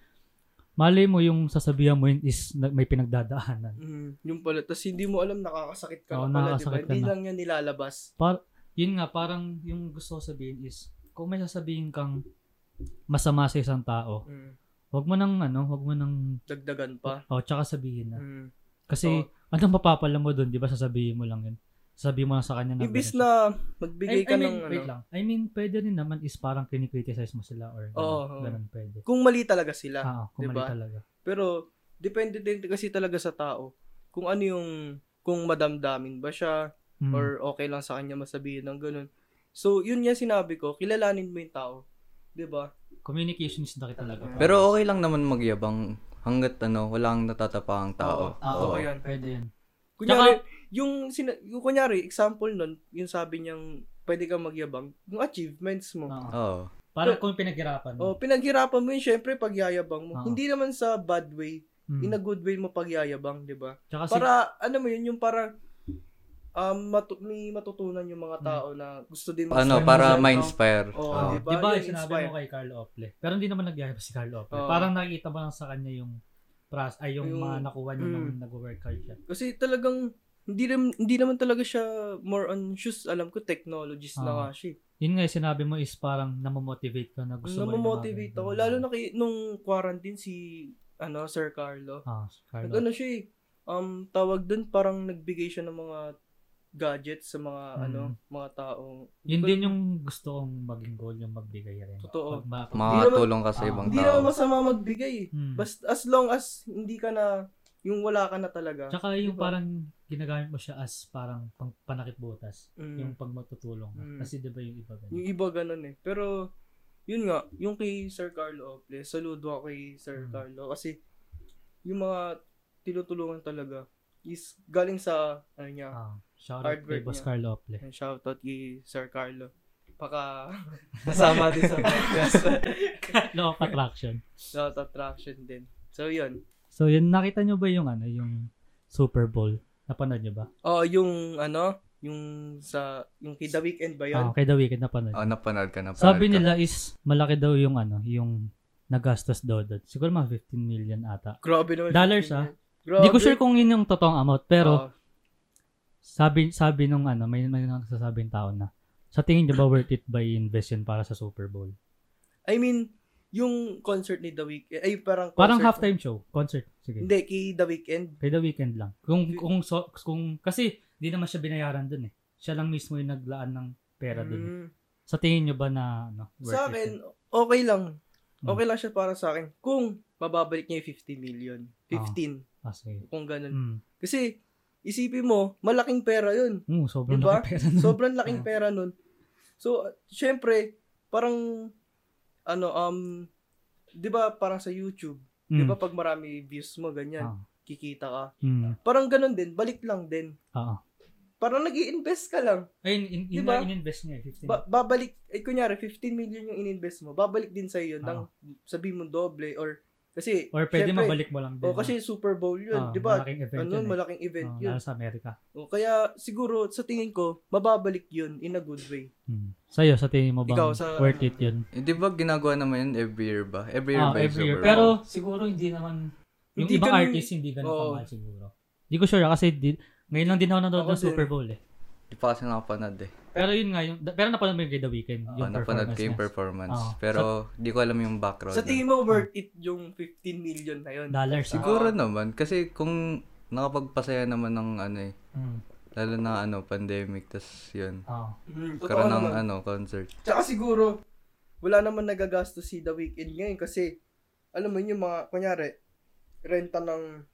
Speaker 1: mali mo yung sasabihan mo yun is na- may pinagdadaanan.
Speaker 2: Hmm. Mm, yung pala. Tapos hindi mo alam, nakakasakit ka
Speaker 1: Oo,
Speaker 2: na pala, di ba?
Speaker 1: nakakasakit ka
Speaker 2: Hindi
Speaker 1: na.
Speaker 2: lang yan nilalabas.
Speaker 1: Par- yun nga, parang yung gusto ko sabihin is, kung may sasabihin kang masama sa isang tao,
Speaker 2: Mm.
Speaker 1: wag mo nang ano, wag mo nang
Speaker 2: Dagdagan pa.
Speaker 1: oh, tsaka sabihin na.
Speaker 2: Mm.
Speaker 1: Kasi anong papapala mo doon, 'di ba? Sasabihin mo lang 'yun. Sabihin mo lang sa kanya na ganun siya.
Speaker 2: Ibis na magbigay
Speaker 1: I,
Speaker 2: ka
Speaker 1: I mean,
Speaker 2: ng ano.
Speaker 1: wait lang. I mean, pwede rin naman is parang kinikriticize mo sila or ganun,
Speaker 2: Oo, oo.
Speaker 1: ganun pwede.
Speaker 2: Kung mali talaga sila.
Speaker 1: Ah, kung mali
Speaker 2: diba?
Speaker 1: talaga.
Speaker 2: Pero, depende din kasi talaga sa tao. Kung ano yung, kung madamdamin ba siya,
Speaker 1: Mm.
Speaker 2: or okay lang sa kanya masabihin ng ganun. So, yun nga sinabi ko, kilalanin mo yung tao. Diba? 'Di ba?
Speaker 1: communication is laki talaga.
Speaker 3: Pero okay lang naman magyabang hanggat ano, walang natatapang tao.
Speaker 1: ah,
Speaker 3: Oo.
Speaker 2: oo yan.
Speaker 1: pwede 'yun.
Speaker 2: Kunyari, yung, sina- yung kunyari, example nun, yung sabi niyang, pwede kang magyabang, yung achievements mo.
Speaker 1: Oo.
Speaker 3: Oo.
Speaker 1: Parang kung pinaghirapan
Speaker 2: O, pinaghirapan mo yun, syempre, pagyayabang mo.
Speaker 1: Oo.
Speaker 2: Hindi naman sa bad way,
Speaker 1: Mm.
Speaker 2: in a good way mo pagyayabang, di ba?
Speaker 1: Tsaka si-
Speaker 2: Para, ano mo yun, yung para, um, matu- may matutunan yung mga tao na gusto din
Speaker 3: Ano,
Speaker 2: mag-strive
Speaker 3: para
Speaker 2: sa-
Speaker 3: ma-inspire.
Speaker 2: Oo,
Speaker 1: Oo,
Speaker 2: di
Speaker 1: diba,
Speaker 2: ba? oh, Yun,
Speaker 1: sinabi
Speaker 2: inspire.
Speaker 1: mo kay Carl Ople. Pero hindi naman nagyayabang si Carl Ople.
Speaker 2: Oo.
Speaker 1: Parang nakikita mo lang sa kanya yung pras, ay yung,
Speaker 2: Yung-
Speaker 1: mga nakuha niya
Speaker 2: Mm.
Speaker 1: nung nag-work hard siya.
Speaker 2: Oh, Kasi talagang, hindi, rin, hindi naman talaga siya more on shoes. Alam ko, technologist na
Speaker 1: Oo.
Speaker 2: nga siya. eh.
Speaker 1: Yun nga yung sinabi mo is parang namomotivate ka na gusto
Speaker 2: Namomotivate
Speaker 1: mo.
Speaker 2: ako. Lalo na kay, nung quarantine si, ano, Sir Carlo.
Speaker 1: Ah, si Carl
Speaker 2: Nag
Speaker 1: Ople.
Speaker 2: ano siya eh, um, tawag dun, parang nagbigay siya ng mga gadgets sa mga,
Speaker 1: Mm.
Speaker 2: ano, mga taong.
Speaker 1: Yun din yung gusto kong maging goal yung magbigay rin. Pag
Speaker 2: Totoo.
Speaker 1: ma-
Speaker 2: Hindi naman-
Speaker 3: Makakatulong ka sa
Speaker 1: Ah.
Speaker 3: ibang
Speaker 2: Hindi
Speaker 3: tao.
Speaker 2: naman masama magbigay eh.
Speaker 1: Mm.
Speaker 2: Basta as long as hindi ka na, yung wala ka na talaga.
Speaker 1: Tsaka yung
Speaker 2: Diba?
Speaker 1: parang ginagamit mo siya as parang pang, panakit butas.
Speaker 2: Mm.
Speaker 1: Yung pag magtutulong. ka.
Speaker 2: Mm.
Speaker 1: Kasi di ba yung iba ganun?
Speaker 2: Yung iba ganun eh. Pero, yun nga, yung kay Sir Carlo Ople, saludo ako kay Sir
Speaker 1: Mm.
Speaker 2: Carlo kasi yung mga tinutulungan talaga is galing sa, ano niya,
Speaker 1: Ah, shout out
Speaker 2: Hard
Speaker 1: kay
Speaker 2: work
Speaker 1: Boss
Speaker 2: niya.
Speaker 1: Carl Ople.
Speaker 2: And shoutout kay Sir Carlo. Baka kasama din sa podcast.
Speaker 1: Law of attraction.
Speaker 2: Lot attraction din. So, yun.
Speaker 1: So yun, nakita nyo ba yung ano, yung Super Bowl? Napanood nyo ba?
Speaker 2: Oh, yung ano, yung sa, yung kay The Weeknd ba yun?
Speaker 1: Ah, kay The Weeknd napanood.
Speaker 3: Oh, napanood ka, napanood
Speaker 1: Sabi
Speaker 3: ka.
Speaker 1: nila is malaki daw yung ano, yung nagastos daw doon. Siguro mga 15 million ata.
Speaker 2: Grabe naman.
Speaker 1: Dollars,
Speaker 2: yun.
Speaker 1: ah.
Speaker 2: Grabe. Oh.
Speaker 1: Hindi ko sure kung ano. yun yung totoong amount, pero
Speaker 2: Oo.
Speaker 1: sabi sabi nung ano, may may nagsasabing tao na sa tingin nyo ba worth it by invest yun para sa Super Bowl?
Speaker 2: I mean, yung concert ni The Weeknd, eh, ay parang concert.
Speaker 1: Parang halftime show, concert. Sige.
Speaker 2: Hindi, kay The Weeknd.
Speaker 1: Kay The Weeknd lang. Kung kung so, kung kasi hindi naman siya binayaran doon eh. Siya lang mismo yung naglaan ng pera doon.
Speaker 2: Mm.
Speaker 1: Sa tingin nyo ba na ano, worth
Speaker 2: Sa
Speaker 1: it?
Speaker 2: akin, okay lang.
Speaker 1: Mm.
Speaker 2: Okay lang siya para sa akin. Kung mababalik niya yung 50 million. 15.
Speaker 1: Ah, sige.
Speaker 2: Kung ganun.
Speaker 1: Mm.
Speaker 2: Kasi, isipin mo, malaking pera yun.
Speaker 1: Mm, sobrang
Speaker 2: Diba?
Speaker 1: laki pera nun.
Speaker 2: Sobrang laking
Speaker 1: Oo.
Speaker 2: pera nun. So, uh, syempre, parang, ano, um, di ba parang sa YouTube, di ba pag marami views mo, ganyan,
Speaker 1: Mm. Hmm. Ah.
Speaker 2: kikita ka.
Speaker 1: Mm.
Speaker 2: Parang ganun din, balik lang din.
Speaker 1: Oo.
Speaker 2: Parang nag invest ka lang.
Speaker 1: Ayun, in, in,
Speaker 2: Diba?
Speaker 1: in-invest niya eh, 15.
Speaker 2: Ba- babalik, eh, kunyari, 15 million yung in-invest mo, babalik din sa'yo yun, ng, sabi mo doble, or, kasi,
Speaker 1: Ah. Or pwede
Speaker 2: syempre,
Speaker 1: mabalik mo lang din.
Speaker 2: O, kasi Super Bowl yun,
Speaker 1: Ah,
Speaker 2: di ba?
Speaker 1: Malaking event
Speaker 2: Ano,
Speaker 1: yun. eh.
Speaker 2: malaking event
Speaker 1: Ah,
Speaker 2: yun.
Speaker 1: lalo sa Amerika.
Speaker 2: O, kaya, siguro, sa tingin ko, mababalik yun in a good way.
Speaker 1: Hmm. Sa'yo, sa tingin mo bang
Speaker 2: Ikaw, sa-
Speaker 1: worth it yun?
Speaker 3: Eh, di ba ginagawa naman yun every year ba? Every year
Speaker 1: Ah,
Speaker 3: ba yung
Speaker 1: every year.
Speaker 3: Super Bowl?
Speaker 1: Pero siguro hindi naman, yung
Speaker 2: Hindi
Speaker 1: ibang
Speaker 2: ganun-
Speaker 1: artist hindi ganun
Speaker 2: Oo.
Speaker 1: kamahal siguro. Hindi ko sure ah, kasi di, ngayon lang din ako nanonood
Speaker 2: Ako
Speaker 1: ng
Speaker 2: din.
Speaker 1: Super Bowl eh.
Speaker 3: Di pa kasi nakapanood eh.
Speaker 1: Pero yun nga, yung, pero napanood mo yung kay The Weeknd.
Speaker 3: Oh, napanood ko yung
Speaker 1: niya. Ah.
Speaker 3: performance.
Speaker 1: Oo.
Speaker 3: Pero di ko alam yung background.
Speaker 2: Sa
Speaker 3: niya.
Speaker 2: tingin mo,
Speaker 1: Hmm.
Speaker 2: worth it yung 15 million na yun?
Speaker 1: Dollars. ah.
Speaker 3: Siguro naman. Kasi kung nakapagpasaya naman ng ano eh.
Speaker 1: Hmm.
Speaker 3: Lalo na ano, pandemic. tas yun.
Speaker 1: Oo.
Speaker 2: Mm, totoo
Speaker 3: Karoon ng
Speaker 2: naman.
Speaker 3: ano, concert.
Speaker 2: Tsaka siguro, wala naman nagagastos si The Weeknd ngayon kasi, alam mo yun, yung mga, kunyari, renta ng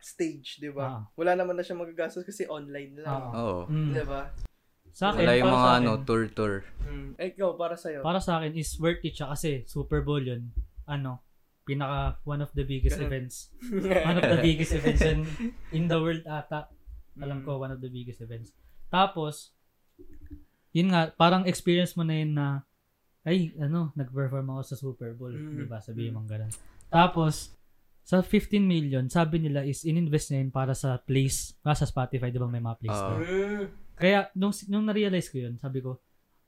Speaker 2: stage, di ba?
Speaker 1: Ah.
Speaker 2: Wala naman na siya magagastos kasi online lang.
Speaker 1: Oo.
Speaker 3: Diba? Oo.
Speaker 1: Hmm.
Speaker 2: Di ba?
Speaker 1: Sa akin,
Speaker 3: Wala yung
Speaker 1: para
Speaker 3: mga
Speaker 1: sa akin,
Speaker 3: ano, tour-tour.
Speaker 2: Mm. Eh, Ikaw, para sa'yo.
Speaker 1: para sa akin is worth it siya kasi Super Bowl yun. Ano, pinaka one of the biggest
Speaker 2: Ganun.
Speaker 1: events. One of the biggest events in, in the world ata. Alam
Speaker 2: Mm.
Speaker 1: ko, one of the biggest events. Tapos, yun nga, parang experience mo na yun na, ay, ano, nag-perform ako sa Super Bowl.
Speaker 2: Mm.
Speaker 1: Di ba? Sabihin
Speaker 2: Mm.
Speaker 1: mong ganun. Tapos, sa 15 million, sabi nila is in-invest na yun para sa place. Nga sa Spotify, di ba may mga place
Speaker 3: Oo.
Speaker 1: doon?
Speaker 2: Mm.
Speaker 1: Kaya, nung, nung na-realize ko yun, sabi ko,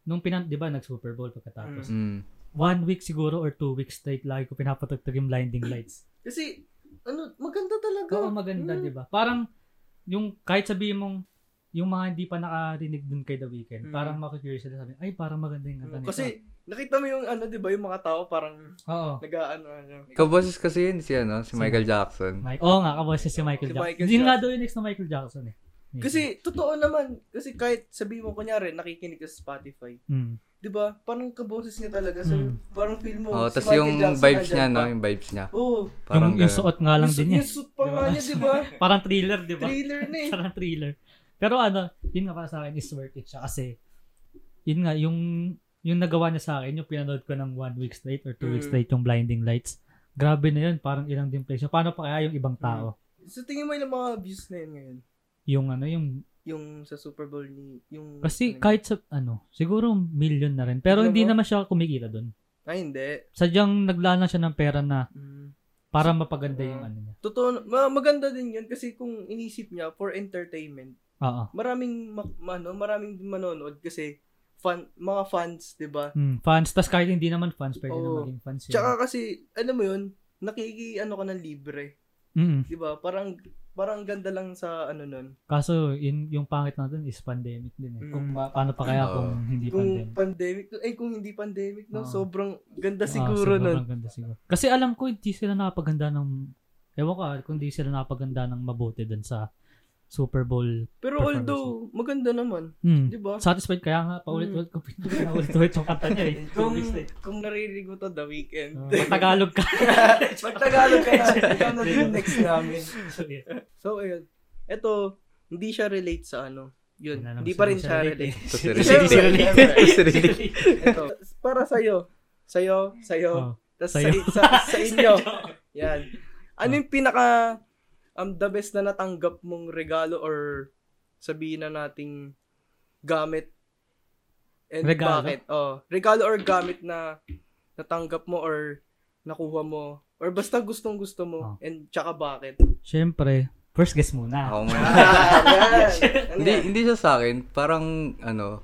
Speaker 1: nung pinan, di ba, nag-Super Bowl pagkatapos,
Speaker 3: Mm.
Speaker 1: one week siguro or two weeks straight, lagi ko pinapatugtog yung blinding lights.
Speaker 2: Kasi, ano, maganda talaga.
Speaker 1: Oo, maganda, diba?
Speaker 2: Mm.
Speaker 1: di ba? Parang, yung kahit sabihin mong yung mga hindi pa nakarinig dun kay The Weeknd,
Speaker 2: Mm.
Speaker 1: parang makikurious sila sabi, ay parang maganda yung kanta nito.
Speaker 2: Hmm, Kasi nakita mo yung ano, 'di ba, yung mga tao parang
Speaker 1: oo.
Speaker 2: nag-aano ano.
Speaker 3: Kaboses kasi yun si, ano, si Michael Jackson.
Speaker 1: Mike, oo nga, kaboses si Michael
Speaker 2: Si
Speaker 1: Jackson.
Speaker 2: Michael
Speaker 1: Hindi nga
Speaker 2: Jackson.
Speaker 1: daw yung next na Michael Jackson eh. Maybe.
Speaker 2: Kasi totoo naman, kasi kahit sabi mo kunyari nakikinig ka sa Spotify,
Speaker 1: Mm.
Speaker 2: 'di ba? Parang kaboses niya talaga. So,
Speaker 1: Mm.
Speaker 2: parang feel mo
Speaker 3: Oh,
Speaker 2: si
Speaker 3: tas
Speaker 2: Michael
Speaker 3: yung
Speaker 2: Jackson
Speaker 3: vibes
Speaker 2: nandyan
Speaker 3: niya,
Speaker 2: pa.
Speaker 3: no? Yung vibes niya.
Speaker 2: Oo.
Speaker 3: Parang
Speaker 1: yung, yung
Speaker 3: ganun.
Speaker 1: suot nga lang din
Speaker 2: Yung suit-
Speaker 1: niya.
Speaker 2: Yung suit pa
Speaker 1: Diba?
Speaker 2: nga niya, 'di ba?
Speaker 1: Parang thriller, di ba?
Speaker 2: Thriller na eh.
Speaker 1: Parang thriller. Pero ano, yun nga para sa akin is worth it siya kasi yun nga, yung yung nagawa niya sa akin, yung pinanood ko ng one week straight or two weeks
Speaker 2: Mm.
Speaker 1: straight yung Blinding Lights, grabe na yun, parang ilang din plays yun. Paano pa kaya yung ibang tao?
Speaker 2: So, tingin mo yung mga views na yun ngayon?
Speaker 1: Yung ano, yung,
Speaker 2: Yung sa Super Bowl ni... Yung,
Speaker 1: kasi
Speaker 2: ano,
Speaker 1: kahit sa, ano, siguro million na rin. Pero
Speaker 2: Tingnan
Speaker 1: hindi
Speaker 2: mo.
Speaker 1: naman siya kumikita dun.
Speaker 2: Ay, Ah, hindi.
Speaker 1: Sadyang naglaan lang siya ng pera na
Speaker 2: Mm.
Speaker 1: para mapaganda yung ano niya.
Speaker 2: Totoo, ma- maganda din yun kasi kung inisip niya for entertainment,
Speaker 1: Oo.
Speaker 2: maraming ma- ma- ano, maraming manonood kasi fan, mga fans, 'di ba?
Speaker 1: Mm, fans. Tapos kahit hindi naman fans, pwede na
Speaker 2: Oo.
Speaker 1: maging fans yun.
Speaker 2: Tsaka kasi alam mo yun, nakiki ano ka ng libre,
Speaker 1: Mm.
Speaker 2: 'di ba? Parang parang ganda lang sa ano nun.
Speaker 1: Kaso, yun, yung pangit natin is pandemic din eh. Kung
Speaker 2: Mm.
Speaker 1: ma- paano pa kaya kung hindi pandemic.
Speaker 2: Kung pandemic, ay kung hindi pandemic, no,
Speaker 1: Oo.
Speaker 2: sobrang ganda
Speaker 1: Ah,
Speaker 2: siguro nun.
Speaker 1: sobrang ganda siguro. Kasi alam ko, hindi sila nakapaganda ng, ewan ko ah, kung hindi sila nakapaganda ng mabuti dun sa Super Bowl. performance
Speaker 2: Pero although maganda naman,
Speaker 1: Hmm.
Speaker 2: 'di ba? Mm.
Speaker 1: Satisfied kaya nga, paulit-ulit ko, paulit-ulit yung kanta niya eh.
Speaker 2: Kung kung naririnig mo to the weekend.
Speaker 1: Ah, Tagalog ka.
Speaker 2: Pag Tagalog ka na, ikaw na din next namin.
Speaker 1: Sorry.
Speaker 2: So, ayun. Ito, hindi siya relate sa ano. Yun,
Speaker 1: Wala naman
Speaker 2: hindi pa rin siya relate.
Speaker 3: Tapos si
Speaker 1: Kasi
Speaker 3: Ricky.
Speaker 1: hindi sila related.
Speaker 3: Tapos si Ricky.
Speaker 2: Ito, para sa'yo. Sa'yo, sa'yo,
Speaker 1: Oh,
Speaker 2: tas
Speaker 1: sa'yo.
Speaker 2: Sa, sa, sa inyo. Yan.
Speaker 1: Ah.
Speaker 2: Ano yung pinaka um, the best na natanggap mong regalo or sabihin na nating gamit and
Speaker 1: Regalo?
Speaker 2: bakit? Oh, regalo or gamit na natanggap mo or nakuha mo or basta gustong gusto
Speaker 1: Oh.
Speaker 2: mo and tsaka bakit?
Speaker 1: Siyempre, first guess muna.
Speaker 2: Oh.
Speaker 3: Ako muna.
Speaker 2: Ah,
Speaker 3: Hindi, hindi siya sa akin. Parang, ano,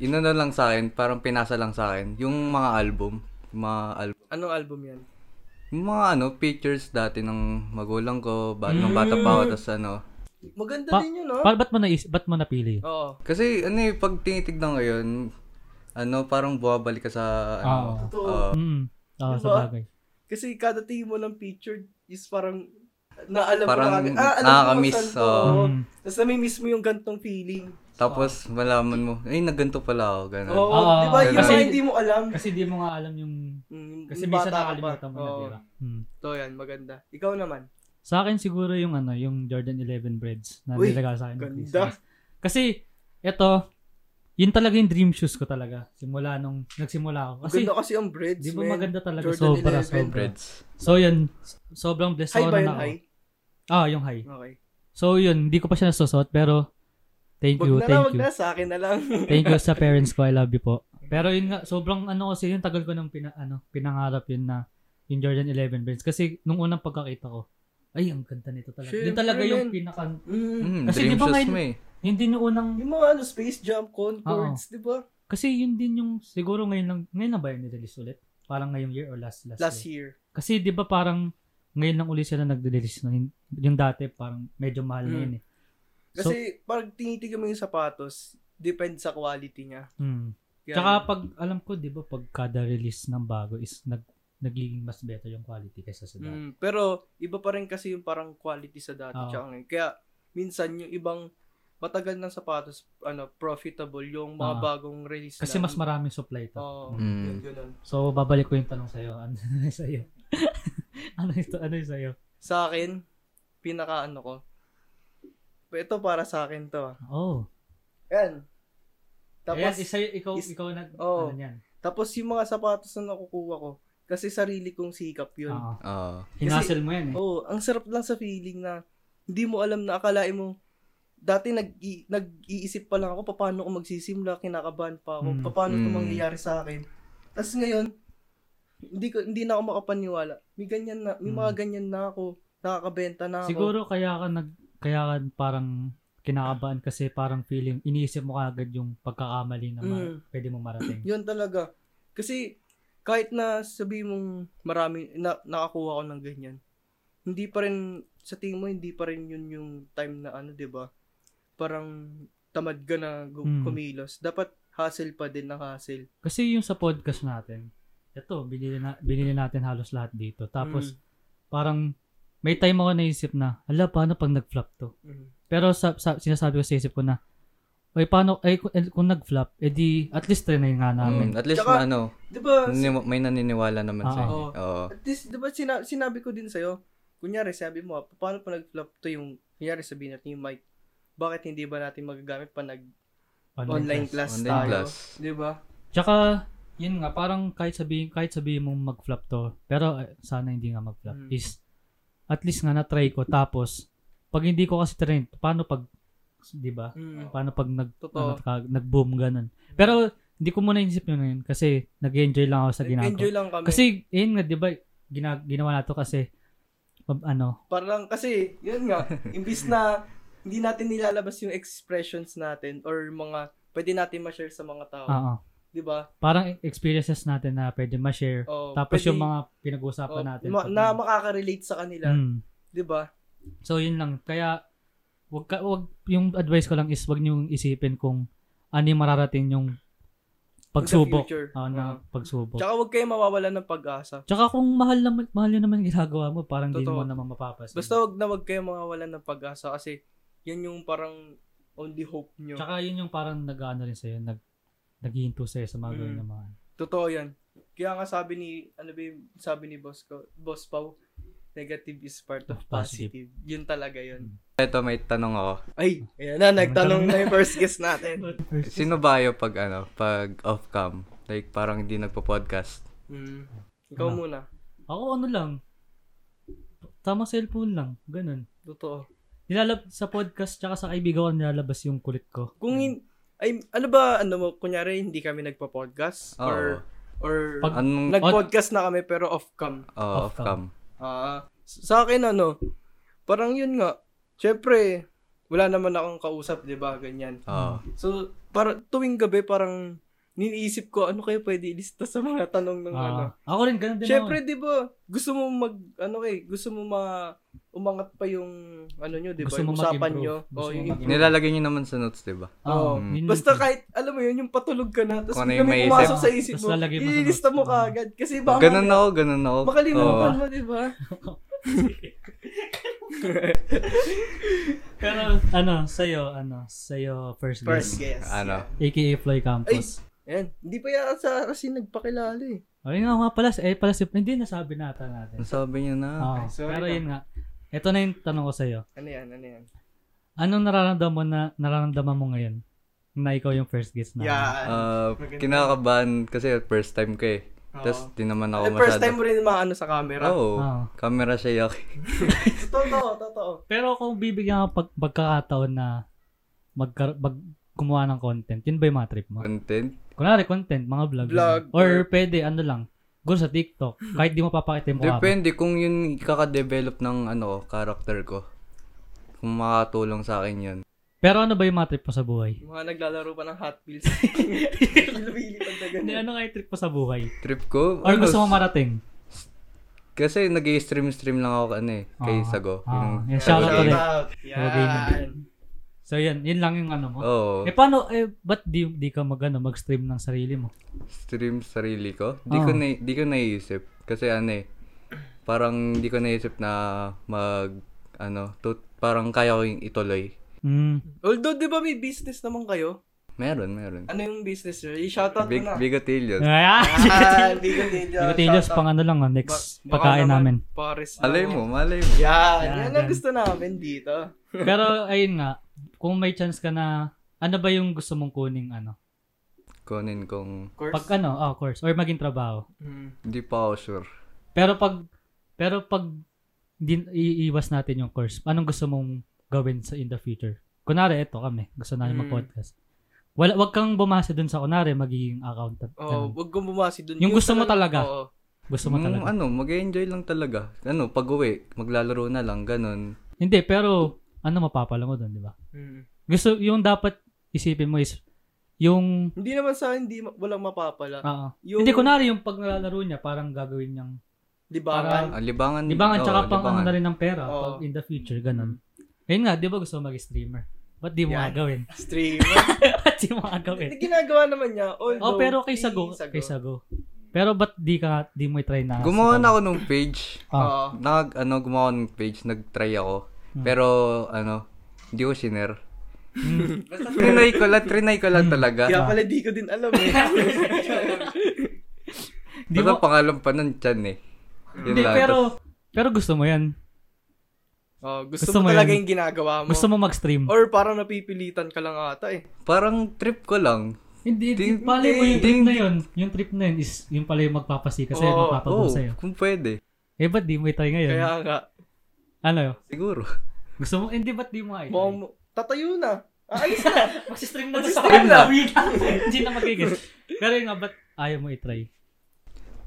Speaker 3: inano lang sa akin, parang pinasa lang sa akin. Yung mga album, yung mga album.
Speaker 2: Anong album yan?
Speaker 3: Yung mga ano, pictures dati ng magulang ko, ba, nung bata pa
Speaker 1: Mm.
Speaker 3: ako, tas ano.
Speaker 2: Maganda
Speaker 1: Pa-
Speaker 2: din yun, no?
Speaker 1: Pa- ba't mo na ba't mo napili?
Speaker 2: Oo.
Speaker 3: Kasi, ano eh, pag tinitignan ngayon, ano, parang buwabalik ka sa, ano,
Speaker 1: Ah, Oo.
Speaker 2: Totoo.
Speaker 3: oo.
Speaker 1: Mm. Oh,
Speaker 2: Diba?
Speaker 1: sa bagay.
Speaker 2: Kasi kada tingin mo ng picture is parang naalam
Speaker 3: Parang
Speaker 2: mo kagad. Ah, alam
Speaker 3: nakaka-miss,
Speaker 2: mo kung saan to.
Speaker 3: oo.
Speaker 2: Oo.
Speaker 1: Mm.
Speaker 2: Tapos nami-miss mo yung gantong feeling.
Speaker 3: tapos malaman mo, ay, nagganto pala ako, ganun.
Speaker 2: Oo,
Speaker 1: Oo.
Speaker 2: di ba? Yung
Speaker 1: Ah, Kasi-
Speaker 2: mga hindi mo alam.
Speaker 1: Kasi di mo nga alam yung
Speaker 2: Mm,
Speaker 1: kasi minsan
Speaker 2: yung bata ka Oh. pa.
Speaker 1: nakakalimutan mo na,
Speaker 2: Oo.
Speaker 1: di ba? Mm.
Speaker 2: Ito yan, maganda. Ikaw naman.
Speaker 1: Sa akin siguro yung ano, yung Jordan 11 Breads na
Speaker 2: Uy,
Speaker 1: nilaga sa akin. ng
Speaker 2: Ganda.
Speaker 1: Christmas. Kasi ito, yun talaga yung dream shoes ko talaga. Simula nung nagsimula ako. Kasi
Speaker 2: Maganda kasi ang breads,
Speaker 1: di ba
Speaker 2: man.
Speaker 1: maganda talaga
Speaker 2: Jordan
Speaker 1: sobra
Speaker 2: 11
Speaker 1: sobra.
Speaker 3: Breads.
Speaker 1: So yun, sobrang blessed
Speaker 2: High
Speaker 1: ako
Speaker 2: ba
Speaker 1: nun
Speaker 2: yun,
Speaker 1: ako.
Speaker 2: high?
Speaker 1: Ah, yung high.
Speaker 2: Okay.
Speaker 1: So yun, hindi ko pa siya nasusot pero thank
Speaker 2: Wag
Speaker 1: you,
Speaker 2: na lang,
Speaker 1: thank
Speaker 2: wag
Speaker 1: you.
Speaker 2: na. Sa akin na lang.
Speaker 1: Thank you sa parents ko. I love you po. Pero yun nga, sobrang ano kasi yun, tagal ko nang pina, ano, pinangarap yun na yung Jordan 11 Brands. Kasi nung unang pagkakita ko, ay, ang ganda nito talaga. Yun
Speaker 2: Siyempre,
Speaker 1: talaga yung
Speaker 2: man.
Speaker 1: pinaka,
Speaker 2: Mm.
Speaker 3: Mm,
Speaker 1: Kasi
Speaker 3: dream
Speaker 1: di ba
Speaker 3: shoes
Speaker 1: ngayon-
Speaker 3: mo eh.
Speaker 1: yun din yung unang,
Speaker 2: Yung mga ano, space jump concords, di ba?
Speaker 1: kasi yun din yung, siguro ngayon lang, ngayon na ba yun nirelease ulit? Parang ngayong year or last, last,
Speaker 2: Last
Speaker 1: year?
Speaker 2: year.
Speaker 1: Kasi di ba parang, ngayon lang uli sila nag-release na yun. Yung dati, parang medyo mahal na
Speaker 2: Mm.
Speaker 1: yun eh. So,
Speaker 2: Kasi pag tinitignan mo yung sapatos, depends sa quality niya.
Speaker 1: mm.
Speaker 2: Kaya-
Speaker 1: Tsaka pag, alam ko, di ba, pag kada release ng bago is nag, nagiging mas better yung quality kaysa sa dati.
Speaker 2: Mm, pero iba pa rin kasi yung parang quality sa dati
Speaker 1: Diba? Oo.
Speaker 2: tsaka ngayon. Kaya minsan yung ibang matagal ng sapatos ano profitable yung mga
Speaker 1: Ah.
Speaker 2: bagong release
Speaker 1: Kasi
Speaker 2: na-
Speaker 1: mas maraming supply to.
Speaker 2: Oo,
Speaker 3: Mm.
Speaker 2: yun, ganun.
Speaker 1: So, babalik ko yung tanong sa'yo. Ano yung sa'yo? ano ito? Ano yung sa'yo?
Speaker 2: Sa akin pinaka ano ko. Ito para sa akin to. ah.
Speaker 1: Oh.
Speaker 2: Ayan.
Speaker 1: Tapos,
Speaker 2: Tapos
Speaker 1: Ayan, isa, ikaw,
Speaker 2: is- oh.
Speaker 1: ikaw nag,
Speaker 2: Oo.
Speaker 1: ano yan?
Speaker 2: tapos yung mga sapatos na nakukuha ko kasi sarili kong sikap yun. oh,
Speaker 1: Oo.
Speaker 3: Oo.
Speaker 1: Hinasel mo yan eh.
Speaker 2: Oo, ang sarap lang sa feeling na hindi mo alam na akalain mo dati nag nag-iisip pa lang ako paano ko magsisimula, kinakabahan pa ako,
Speaker 1: Mm.
Speaker 2: paano 'to
Speaker 3: Mm.
Speaker 2: mangyayari sa akin. Tapos ngayon, hindi ko hindi na ako makapaniwala. May ganyan na, may
Speaker 1: Mm.
Speaker 2: mga ganyan na ako, nakakabenta na ako.
Speaker 1: Siguro kaya ka nag, kaya ka parang kinakabahan kasi parang feeling, iniisip mo kagad yung pagkakamali na ma-
Speaker 2: Mm.
Speaker 1: pwede mong marating.
Speaker 2: Yun talaga. Kasi kahit na sabi mong marami na, nakakuha ko ng ganyan, hindi pa rin sa tingin mo hindi pa rin yun yung time na ano, 'di ba? parang tamad ka na gu-
Speaker 1: Mm.
Speaker 2: kumilos. Dapat hustle pa din na hustle.
Speaker 1: Kasi yung sa podcast natin, ito, binili, na, binili natin halos lahat dito. Tapos, parang may time ako naisip na, ala, paano pag nag-flop to?
Speaker 2: Mm.
Speaker 1: Pero sa, sa, sinasabi ko sa isip ko na, ay, paano, ay, kung, eh, kung nag-flop, edi, at least trinay nga namin.
Speaker 3: Mm, at least
Speaker 2: Tsaka-
Speaker 3: na ano,
Speaker 2: Di ba?
Speaker 3: nani- may naniniwala naman
Speaker 1: Ah,
Speaker 3: sa
Speaker 2: oo.
Speaker 3: Oo.
Speaker 2: At least, di ba sina- sinabi ko din sa'yo, kunyari sabi mo, ah, paano pa nag-flop to yung, kunyari sabihin natin yung mic, bakit hindi ba natin magagamit pa nag-online
Speaker 1: Online class.
Speaker 2: class
Speaker 3: Online
Speaker 2: tayo?
Speaker 3: class.
Speaker 2: Di ba?
Speaker 1: Tsaka, yun nga, parang kahit sabihin, kahit sabihin mong mag-flop to, pero eh, sana hindi nga mag-flop,
Speaker 2: Mm.
Speaker 1: is, at least nga na-try ko, tapos, pag hindi ko kasi train, paano pag, di ba?
Speaker 2: Mm.
Speaker 1: Paano pag nag, ano,
Speaker 2: Totoo.
Speaker 1: ka- nag-boom, ganun. Pero, hindi ko muna inisip yun ngayon kasi nag-enjoy lang ako sa ginagawa.
Speaker 2: Enjoy lang kami.
Speaker 1: Kasi, yun nga, di ba, gina- ginawa na to kasi, pab- ano,
Speaker 2: Parang kasi, yun nga, imbis na hindi natin nilalabas yung expressions natin or mga pwede natin ma-share sa mga tao,
Speaker 1: oo.
Speaker 2: 'di ba?
Speaker 1: parang experiences natin na pwede ma-share.
Speaker 2: Oh,
Speaker 1: Tapos
Speaker 2: pwede-
Speaker 1: yung mga pinag-uusapan
Speaker 2: oh,
Speaker 1: natin.
Speaker 2: ma-
Speaker 1: pag- ano.
Speaker 2: na makaka-relate sa kanila,
Speaker 1: Mm.
Speaker 2: 'di ba?
Speaker 1: So yun lang. Kaya wag ka wag yung advice ko lang is wag niyo isipin kung ano yung mararating yung pagsubok.
Speaker 2: future.
Speaker 1: Oo, na pagsubok.
Speaker 2: Tsaka huwag kayong mawawalan ng pag-asa.
Speaker 1: Tsaka kung mahal naman mahal yun naman yung ginagawa mo, parang hindi
Speaker 2: Totoo.
Speaker 1: mo naman mapapasin.
Speaker 2: Basta huwag na huwag kayong mawawalan ng pag-asa kasi yan yung parang only hope nyo.
Speaker 1: Tsaka yun yung parang nag-ano rin sa'yo, nag, naghihinto sa'yo sa mga
Speaker 2: Mm.
Speaker 1: gawin naman.
Speaker 2: Totoo yan. Kaya nga sabi ni, ano ba yung sabi ni boss ko, boss Pau, negative is part of
Speaker 1: Positive.
Speaker 2: positive. Yun talaga yun.
Speaker 3: Ito may tanong ako.
Speaker 2: Ay, ayan na, nagtanong na yung first guest natin.
Speaker 3: Sino ba kayo pag ano, pag off-cam? Like parang hindi nagpo-podcast.
Speaker 2: Mm. Ikaw
Speaker 1: Ano?
Speaker 2: muna.
Speaker 1: Ako ano lang, tama cellphone lang, ganun.
Speaker 2: Totoo.
Speaker 1: Nilalab sa podcast tsaka sa kaibigan ko nilalabas yung kulit ko.
Speaker 2: Kung in, ay, ano ba, ano mo, kunyari, hindi kami nagpa-podcast?
Speaker 3: Oo.
Speaker 2: Or, or,
Speaker 1: Pag-
Speaker 3: Anong
Speaker 2: nag-podcast na kami pero off-cam.
Speaker 3: oo,
Speaker 1: off-cam?
Speaker 3: off-cam?
Speaker 2: Ah, s- sa akin ano, parang yun nga. Syempre, wala naman akong kausap, 'di ba? Ganyan.
Speaker 3: Oo.
Speaker 2: So, para tuwing gabi parang niniisip ko ano kaya pwede ilista sa mga tanong ng
Speaker 1: Ah,
Speaker 2: ano.
Speaker 1: ako rin, ganun din ako.
Speaker 2: Syempre, 'di ba? Gusto mo mag ano kay, gusto mo ma umangat pa yung ano nyo, 'di ba?
Speaker 1: Gusto
Speaker 2: Yung
Speaker 1: mo
Speaker 2: usapan
Speaker 1: mag-improve.
Speaker 2: nyo.
Speaker 1: Gusto
Speaker 2: Oh,
Speaker 1: mo
Speaker 2: yung
Speaker 1: mag-improve.
Speaker 3: Nilalagay niyo naman sa notes, diba? 'di ba?
Speaker 1: Oo,
Speaker 2: Oo.
Speaker 1: eh. Ah, yun-
Speaker 2: oh, Basta kahit, alam mo yun, yung patulog ka na, tapos
Speaker 3: Kung ano
Speaker 2: biglang
Speaker 3: yung
Speaker 2: may
Speaker 3: maisip.
Speaker 2: pumasok sa isip
Speaker 1: Tapos
Speaker 2: mo,
Speaker 1: lalagay mo sa
Speaker 2: ililista mo
Speaker 1: notes.
Speaker 2: kaagad. Kasi baka
Speaker 3: Ganun ako, ganun ako.
Speaker 2: makalimutan
Speaker 3: Oo.
Speaker 2: mo, di ba?
Speaker 1: Pero ano, sa'yo, ano, sa'yo first,
Speaker 2: First
Speaker 1: game.
Speaker 2: guess.
Speaker 3: Ano?
Speaker 1: AKA Floy Campos.
Speaker 2: Ayan, hindi pa yata sa kasi nagpakilala eh.
Speaker 1: Ay, nga nga pala, eh pala si, hindi nasabi nata natin.
Speaker 3: Ang sabi niya na.
Speaker 1: Oo,
Speaker 2: sorry
Speaker 1: pero
Speaker 2: na.
Speaker 1: yun nga, ito na yung tanong ko sa'yo.
Speaker 2: Ano yan, ano yan?
Speaker 1: Anong nararamdaman mo na, nararamdaman mo ngayon? Na ikaw yung first guest na.
Speaker 2: Yan.
Speaker 3: Ah,
Speaker 2: Maganda.
Speaker 3: kinakabahan kasi first time ko eh.
Speaker 2: Oo.
Speaker 3: Tapos di naman ako
Speaker 2: Eh,
Speaker 3: masyado.
Speaker 2: first time mo rin maano sa camera.
Speaker 3: Oo.
Speaker 1: Oo.
Speaker 3: Camera siya yaki.
Speaker 2: totoo, totoo.
Speaker 1: Ah. Pero kung bibigyan ka pag, pagkakataon na magka, mag, gumawa ng content, yun ba yung mga trip mo?
Speaker 3: Content.
Speaker 1: Kunwari, content, mga vlog.
Speaker 2: Vlog,
Speaker 1: Or pwede, ano lang, go sa TikTok, kahit di mo papakita yung mukha mo.
Speaker 3: Depende kung yun kaka-develop ng ano, character ko. Kung makatulong sa akin yun.
Speaker 1: Pero ano ba yung mga trip mo sa buhay?
Speaker 2: Yung Mga naglalaro pa ng Hot Wheels. Pinapili pa na
Speaker 1: Hindi,
Speaker 2: ganyan.
Speaker 1: ano nga yung trip mo sa buhay?
Speaker 3: Trip ko,
Speaker 1: Or
Speaker 3: ano,
Speaker 1: gusto mo marating?
Speaker 3: kasi nag stream stream lang ako ano eh, kay
Speaker 1: Ah,
Speaker 3: Sago.
Speaker 1: Ah,
Speaker 3: Yung-
Speaker 1: yeah, shout out
Speaker 2: Shout
Speaker 1: ulit.
Speaker 2: out.
Speaker 1: Gabi
Speaker 2: Yan.
Speaker 1: So yan, yun lang yung ano
Speaker 2: Oh.
Speaker 1: mo.
Speaker 3: Oo.
Speaker 1: Eh paano, eh, ba't di, di ka mag, ano, mag-stream ng sarili mo?
Speaker 3: stream sarili ko. Di ko
Speaker 1: Oo.
Speaker 3: na, di ko naisip kasi ano eh parang di ko naisip na mag ano, to, parang kaya ko yung ituloy.
Speaker 1: Mm.
Speaker 2: Although, di ba may business naman kayo?
Speaker 3: Meron, meron.
Speaker 2: Ano yung business nyo? I-shout out
Speaker 3: Big
Speaker 2: mo na.
Speaker 3: Bigotillion.
Speaker 1: Ah,
Speaker 2: Ah, Bigot Angel.
Speaker 1: Nagkatilos,
Speaker 2: Shout out.
Speaker 1: pang ano lang, ah, next
Speaker 2: Ba- baka
Speaker 1: pagkain
Speaker 2: naman,
Speaker 1: namin.
Speaker 2: Paris.
Speaker 3: Malay mo, malay mo.
Speaker 2: Yan. Yan
Speaker 1: Yan.
Speaker 2: ang gusto namin dito.
Speaker 1: Pero ayun nga, kung may chance ka na, ano ba yung gusto mong kuning ano?
Speaker 3: Kunin kong
Speaker 2: Course.
Speaker 1: Pag ano, oh, course, or maging trabaho.
Speaker 2: Mm.
Speaker 3: hindi pa ako sure.
Speaker 1: Pero pag, pero pag din, iiwas natin yung course, anong gusto mong gawin sa in the future? Kunwari, eto kami, gusto namin
Speaker 2: Mm.
Speaker 1: mag-podcast. Wala, wag kang bumasa dun sa kunwari, magiging accountant. Ganun.
Speaker 2: Oh, wag kong bumasi dun.
Speaker 1: Yung gusto mo talaga.
Speaker 2: Oo.
Speaker 1: gusto mo
Speaker 3: Mm,
Speaker 1: talaga.
Speaker 3: ano, mag-enjoy lang talaga. Ano, pag-uwi, maglalaro na lang, ganun.
Speaker 1: Hindi, pero ano mapapala mo doon, di ba?
Speaker 2: Mm.
Speaker 1: Gusto, yung dapat isipin mo is, yung,
Speaker 2: Hindi naman sa hindi ma- walang mapapala.
Speaker 1: ah, ah.
Speaker 2: Yung
Speaker 1: hindi, kunwari, yung pag nalalaro niya, parang gagawin niyang
Speaker 2: libangan.
Speaker 3: Ah, libangan.
Speaker 1: Libangan,
Speaker 3: oo,
Speaker 1: tsaka pang ano
Speaker 3: libangan.
Speaker 1: na rin ng pera
Speaker 2: Oo.
Speaker 1: pag in the future, ganun. Ayun nga, di ba gusto mag-streamer? Ba't di mo
Speaker 2: Yan.
Speaker 1: nga gawin?
Speaker 2: Streamer.
Speaker 1: Ba't di mo nga gawin?
Speaker 2: Ginagawa naman niya.
Speaker 1: Oh,
Speaker 2: Although,
Speaker 1: pero kay Sago,
Speaker 2: Sago.
Speaker 1: kay Sago. Pero ba't di ka, di mo i-try na?
Speaker 3: Gumawa na ako ng page.
Speaker 2: Oo.
Speaker 1: Ah.
Speaker 3: Nag, ano, gumawa ako ng page. Nag-try ako.
Speaker 1: Hmm.
Speaker 3: Pero, ano, hindi ko siner.
Speaker 1: Hmm.
Speaker 3: Basta trinay ko lang, trinay ko lang talaga.
Speaker 2: Kaya pala di ko din alam eh.
Speaker 1: Di
Speaker 3: Basta
Speaker 1: mo-
Speaker 3: pangalan pa nun, Chan eh. Yun
Speaker 1: Hindi,
Speaker 3: lang.
Speaker 1: pero, pero gusto mo yan.
Speaker 2: oh, gusto,
Speaker 1: Gusto mo
Speaker 2: mo talaga
Speaker 1: yun.
Speaker 2: yung ginagawa mo.
Speaker 1: Gusto mo mag-stream.
Speaker 2: Or parang napipilitan ka lang ata eh.
Speaker 3: Parang trip ko lang.
Speaker 1: Hindi,
Speaker 3: Hindi.
Speaker 1: hindi. Pali mo yung
Speaker 3: Hindi.
Speaker 1: trip na yun. Yung trip na yun is yung pala yung magpapasi kasi
Speaker 2: Oo,
Speaker 1: magpapago
Speaker 3: Oo,
Speaker 1: sa'yo.
Speaker 3: kung pwede.
Speaker 1: Eh, ba't di mo itry ngayon?
Speaker 2: Kaya nga.
Speaker 1: Ano?
Speaker 3: Siguro.
Speaker 1: Gusto mo? Hindi, ba't di mo nga
Speaker 2: Mukhang
Speaker 1: itry?
Speaker 2: mo- tatayo na. Aalis na.
Speaker 1: Mag-stream na
Speaker 2: Mag-stream na.
Speaker 1: Hindi na magigis. Pero yun nga, ba't ayaw mo itry?